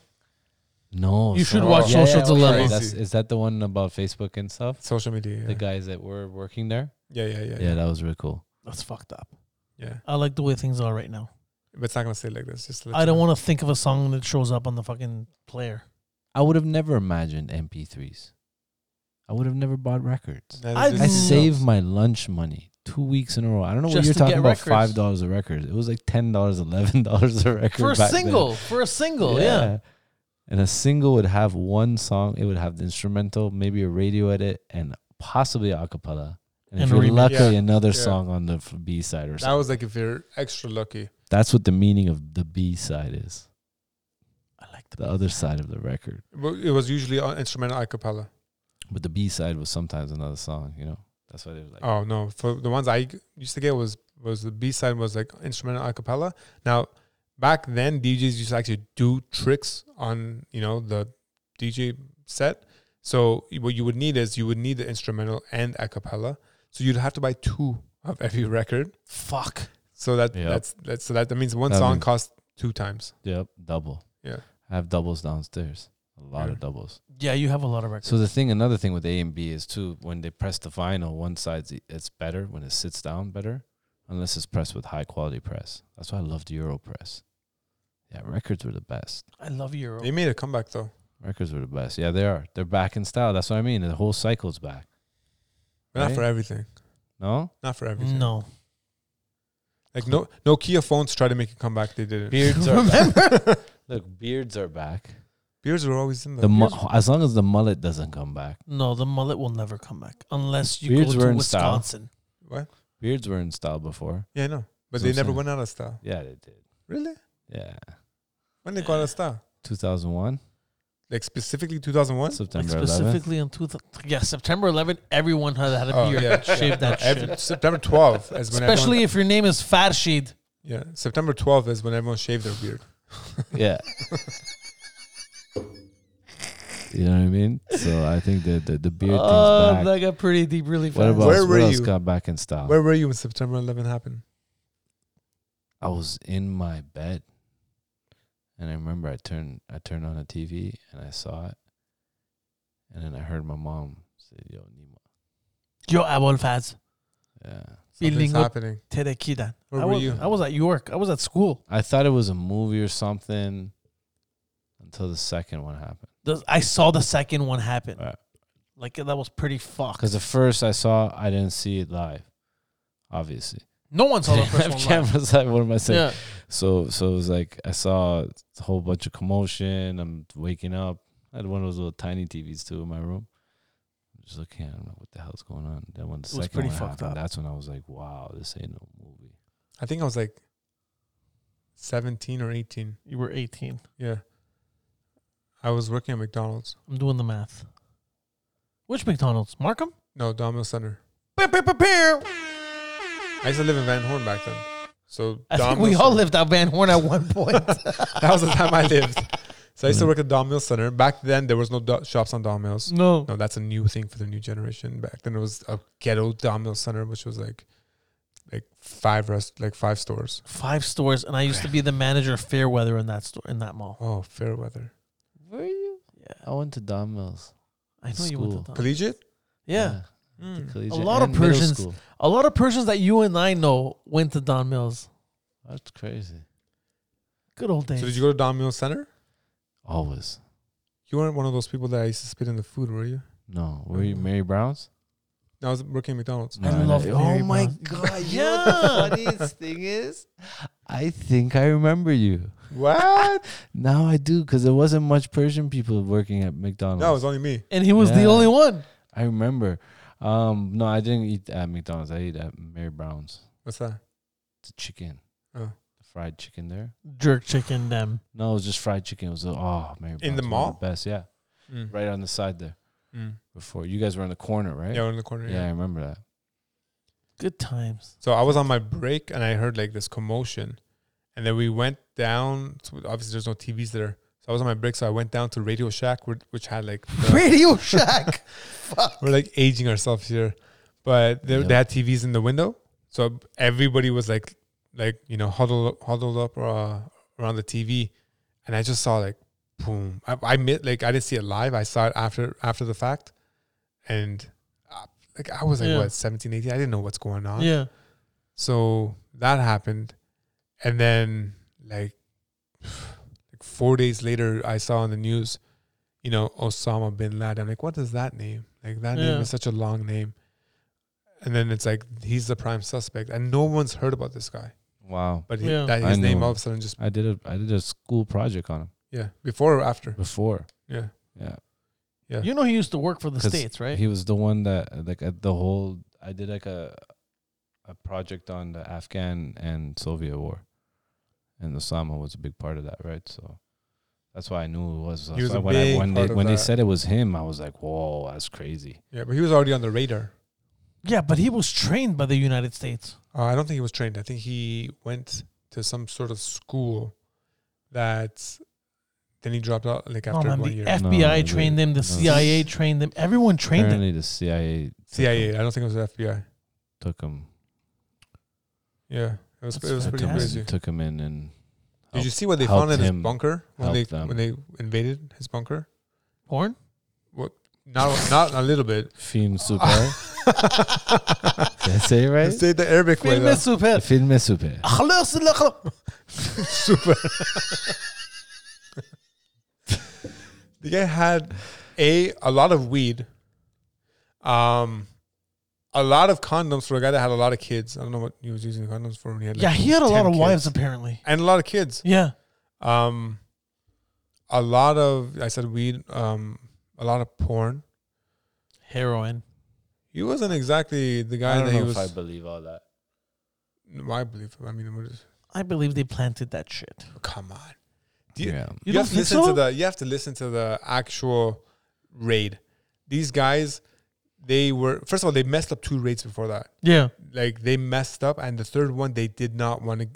No, You should so- watch Social Dilemma. right. That's, is that the one about Facebook and stuff? Social media. Yeah, The guys that were working there. yeah, yeah, yeah, uh, Yeah, yeah, that was really cool. That's fucked up. yeah. I like the way things are right now. But it's not gonna stay like this. Just let I you don't know. want to think of a song that shows up on the fucking player. I would have never imagined MP3s. I would have never bought records. Neither I did I Mm. you. saved my lunch money two weeks in a row. I don't know Just what you're to get talking about. records. Five dollars a record. It was like ten dollars, eleven dollars a record For a back then. single, for a single, yeah. And a single would have one song. It would have the instrumental, maybe a radio edit, and possibly a cappella. And, And if a you're remix. lucky, Yeah, another yeah. song on the B side or That something. was like if you're extra lucky. That's what the meaning of the B side is. I like The other side of the record. But it was usually uh, instrumental a cappella. But the B side was sometimes another song, you know? That's why they were like. Oh no, for the ones I used to get was was the B side was like instrumental a cappella. Now back then DJs used to actually do tricks on, you know, the DJ set. So what you would need is you would need the instrumental and a cappella. So you'd have to buy two of every record. Fuck. So that Yeah. that's that's so that, that means one That song means- costs two times. Yep, double. Yeah. I have doubles downstairs. A lot Yeah. of doubles. Yeah, you have a lot of records. So the thing, another thing with A and B is too when they press the vinyl, one side's e- it's better when it sits down better, unless it's pressed with high quality press. That's why I loved Euro press. Yeah, records were the best. I love Euro. They made a comeback though. Records were the best. Yeah, they are. They're back in style. That's what I mean. The whole cycle's back. But not for Right. everything. No, Not for everything. No. Like no no Kia phones tried to make a comeback, they didn't. beards are back. Look, beards are back. Beards were always in The mu- as long as the mullet doesn't come back, No, the mullet will never come back unless you Beards go were to in style. Wisconsin. What? beards were in style before. Yeah, I know. But That's what they I'm never saying. went out of style. Yeah, they did. Really? Yeah, When they go out of style? two thousand one, Like specifically 2001? Like September eleventh. specifically on two th- yeah September 11th, everyone had had a Oh, beard. yeah, Shave yeah. that No, every- shit. September 12th is when Especially everyone, if your name is Farshid. yeah September 12th is when everyone shaved their beard. Yeah. you know what I mean? So I think that the, the beard Oh, thing's back. that got pretty deep really fast. What about Where what were else you? got back in Ah. style? Where were you when September 11th happened? I was in my bed, and I remember I turned I turned on the TV and I saw it, and then I heard my mom say, "Yo, Nima." Yo, Abol Faz. Yeah, Something's Building up happening. Terekidan. Where I were was, you? I was at York. I was at school. I thought it was a movie or something until the second one happened. The- I saw the second one happen. Right. Like that was pretty fucked. Because the first I saw, I didn't see it live, obviously. No one saw the I first have one. live. cameras. Live. What am I saying? Yeah. So so it was like I saw a whole bunch of commotion. I'm waking up. I had one of those little tiny TVs too in my room. I'm just looking at it, I'm like, what the hell's going on? Then when the was second pretty one fucked happened, up. that's when I was like, wow, this ain't no movie. I think I was like 17 or 18. You were 18. Yeah. I was working at McDonald's. I'm doing the math. Which McDonald's? Markham? No, Domino Center. Pew, pew, pew, pew. I used to live in Van Horn back then. So I think Domino's we all Center- lived out Van Horn at one point. That was the time I lived. So I used to work at Domino Center. Back then, there was no do- shops on Domino's. no. No, that's a new thing for the new generation. Back then, it was a ghetto Domino Center, which was like like five rest, like five stores. Five stores, and I used to be the manager of Fairweather in that store in that mall. Oh, Fairweather. Were you? Yeah, I went to Don Mills. I know you went to School. Don- Collegiate? Yeah. the Mm. collegiate lot of and middle Persians- school. a lot of Persians that you and I know went to Don Mills. That's crazy. Good old days. So did you go to Don Mills Center? Always. You weren't one of those people that I used to spit in the food, were you? No. Were you Mm. Mary Brown's? I was working at McDonald's. I No, love no. Mary Oh my Brown. god! You know Yeah. what the funniest thing is, I think I remember you. What? Now I do because there wasn't much Persian people working at McDonald's. no, it was only me. and he was the Yeah. only one. I remember. Um, no, I didn't eat at McDonald's. I ate at Mary Brown's. What's that? The chicken, Oh. the fried chicken there. Jerk chicken them. No, it was just fried chicken. It was uh, oh Mary Brown's In the one of mall? best, yeah, Mm. right on the side there. Mm. Before you guys were in the corner, right? Yeah, we're in the corner. yeah, I Yeah. remember that. Good times. So I was on my break and I heard like this commotion, and then we went down. To, obviously, there's no TVs there. So I was on my break, so I went down to Radio Shack, where, which had like the- Radio Shack. Fuck. we're like aging ourselves here, but they, they Yeah. had TVs in the window, so everybody was like, like you know, huddled huddled up uh, around the TV, and I just saw like, boom. I, I admit, like I didn't see it live. I saw it after after the fact, and uh, like I was like Yeah. what 17, 18? I didn't know what's going on. Yeah. So that happened, and then like, like four days later, I saw on the news, you know, Osama bin Laden. I'm like, what is that name? Like that Yeah. name is such a long name. And then it's like he's the prime suspect, and no one's heard about this guy. Wow, But he, Yeah. that, I his name know. all of a sudden just I did a I did a school project on him yeah, before or after? before. Yeah, Yeah, Yeah. You know he used to work for the 'Cause states, right? He was the one that like at the whole. I did like a a project on the Afghan and Soviet war, and Osama was a big part of that, right? So that's why I knew it was. He was so a when big I, when part they of when they that. said it was him, I was like, "Whoa, that's crazy." yeah, but he was already on the radar. yeah, but he was trained by the United States. Uh, I don't think he was trained. I think he went to some sort of school that then he dropped out like No, after man, one the year. FBI No, trained him, the no. CIA trained him, everyone trained him. Apparently, the CIA took CIA. him, I don't think it was the FBI. took him. Yeah, it was That's it was took pretty him in- crazy. Took him in and Did you see what they helped found in his him, bunker when they helped them. when they invaded his bunker? Porn? Not not a little bit. film super. Did I say it right? Say the Arabic way. Film though. super. Film super. خلاص اللي خلاص. Super. the guy had a a lot of weed, um, a lot of condoms for a guy that had a lot of kids. I don't know what he was using the condoms for. When he had like Yeah, he had a lot 10 of wives kids. apparently. and a lot of kids. Yeah. Um, a lot of I said weed. Um, a lot of porn. Heroin. He wasn't exactly the I guy don't that he know was. if I I, believe all that. I believe. I mean, what is, I believe they planted that shit. come on. Do you- yeah. You, You, don't have to think listen so? to the. You have to listen to the actual raid. These guys, they were first of all they messed up two raids before that. yeah. Like they messed up, and the third one they did not want to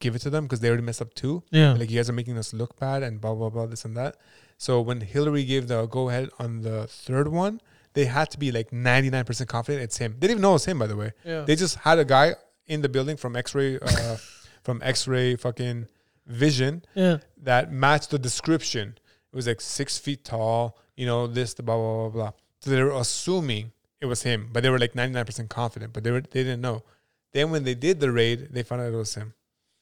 give it to them because they already messed up two. Yeah. like you guys are making us look bad and blah blah blah this and that so when hillary gave the go ahead on the third one they had to be like 99% confident it's him they didn't even know it was him by the way yeah. they just had a guy in the building from x-ray uh, from x-ray fucking vision yeah. that matched the description it was like six feet tall you know this the blah blah blah blah so they were assuming it was him but they were like 99% confident but they were they didn't know then when they did the raid they found out it was him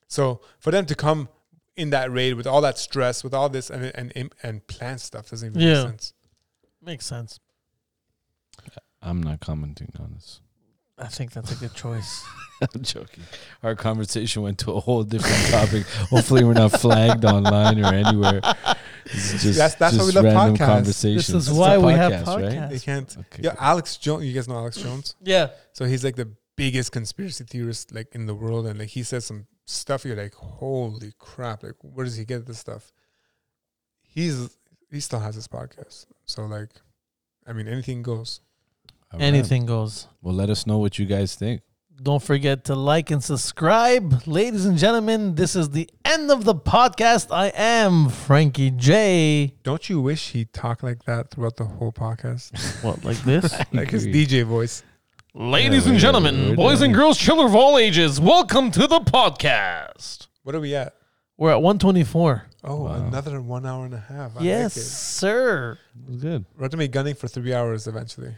so for them to come in that raid with all that stress, with all this and and and plan stuff doesn't even Yeah. make sense. Makes sense. I'm not commenting on this. I think that's a good choice. I'm joking. Our conversation went to a whole different topic. Hopefully, we're not flagged online or anywhere. It's just, That's- that's why just we love random podcasts. conversations. this is It's a why we have podcast, right? podcasts. They can't. Okay. Yeah, Alex Jones. You guys know Alex Jones. yeah. So he's like the biggest conspiracy theorist like in the world, and like he says some stuff. You're like, holy crap! Like, where does he get this stuff? He's he still has his podcast. So like, I mean, anything goes. All right. Anything goes. Well, let us know what you guys think. Don't forget to like and subscribe. Ladies and gentlemen, this is the end of the podcast. I am Frankie J. Don't you wish he talked like that throughout the whole podcast, What, like this? like his Agree. DJ voice? Ladies and we're- gentlemen, we're boys done. and girls, children of all ages, welcome to the podcast. What are we at? We're at 124. Oh, Wow. another one hour and a half. I like yes, it. sir. It was good. We're gonna be gunning for three hours eventually.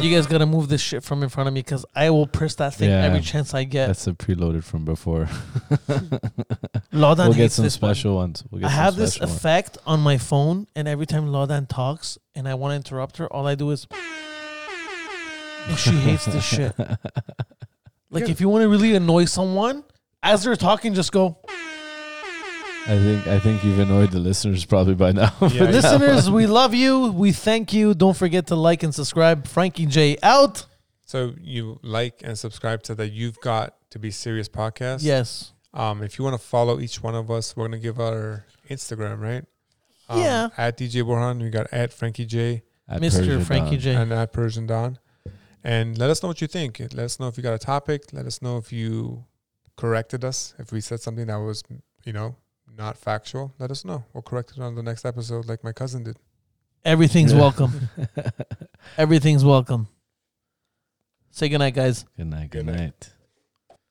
You guys gotta move this shit from in front of me because I will press that thing Yeah. every chance I get. That's a preloaded from before. Laudan we'll get hates some this one. special ones. We'll get I some have this special ones. effect on my phone, and every time Laudan talks and I want to interrupt her, all I do is. And she hates this shit. Like, Yeah. if you want to really annoy someone, as they're talking, just go. I think I think you've annoyed the listeners probably by now. Yeah, yeah. Listeners, we love you. We thank you. Don't forget to like and subscribe. Frankie J out. So you like and subscribe to the You've Got to Be Serious podcast. Yes. Um, if you want to follow each one of us, we're gonna give our Instagram, right? Um, Yeah. At DJ Borhan, we got at Frankie J At Persia Mr. Frankie Dawn. J. and at Persian Don, and let us know what you think. Let us know if you got a topic. Let us know if you corrected us. If we said something that was, you know, not factual, let us know. We'll correct it on the next episode, like my cousin did. Everything's Yeah. welcome. Everything's welcome. Say goodnight, guys. good night. Good, Good night. night.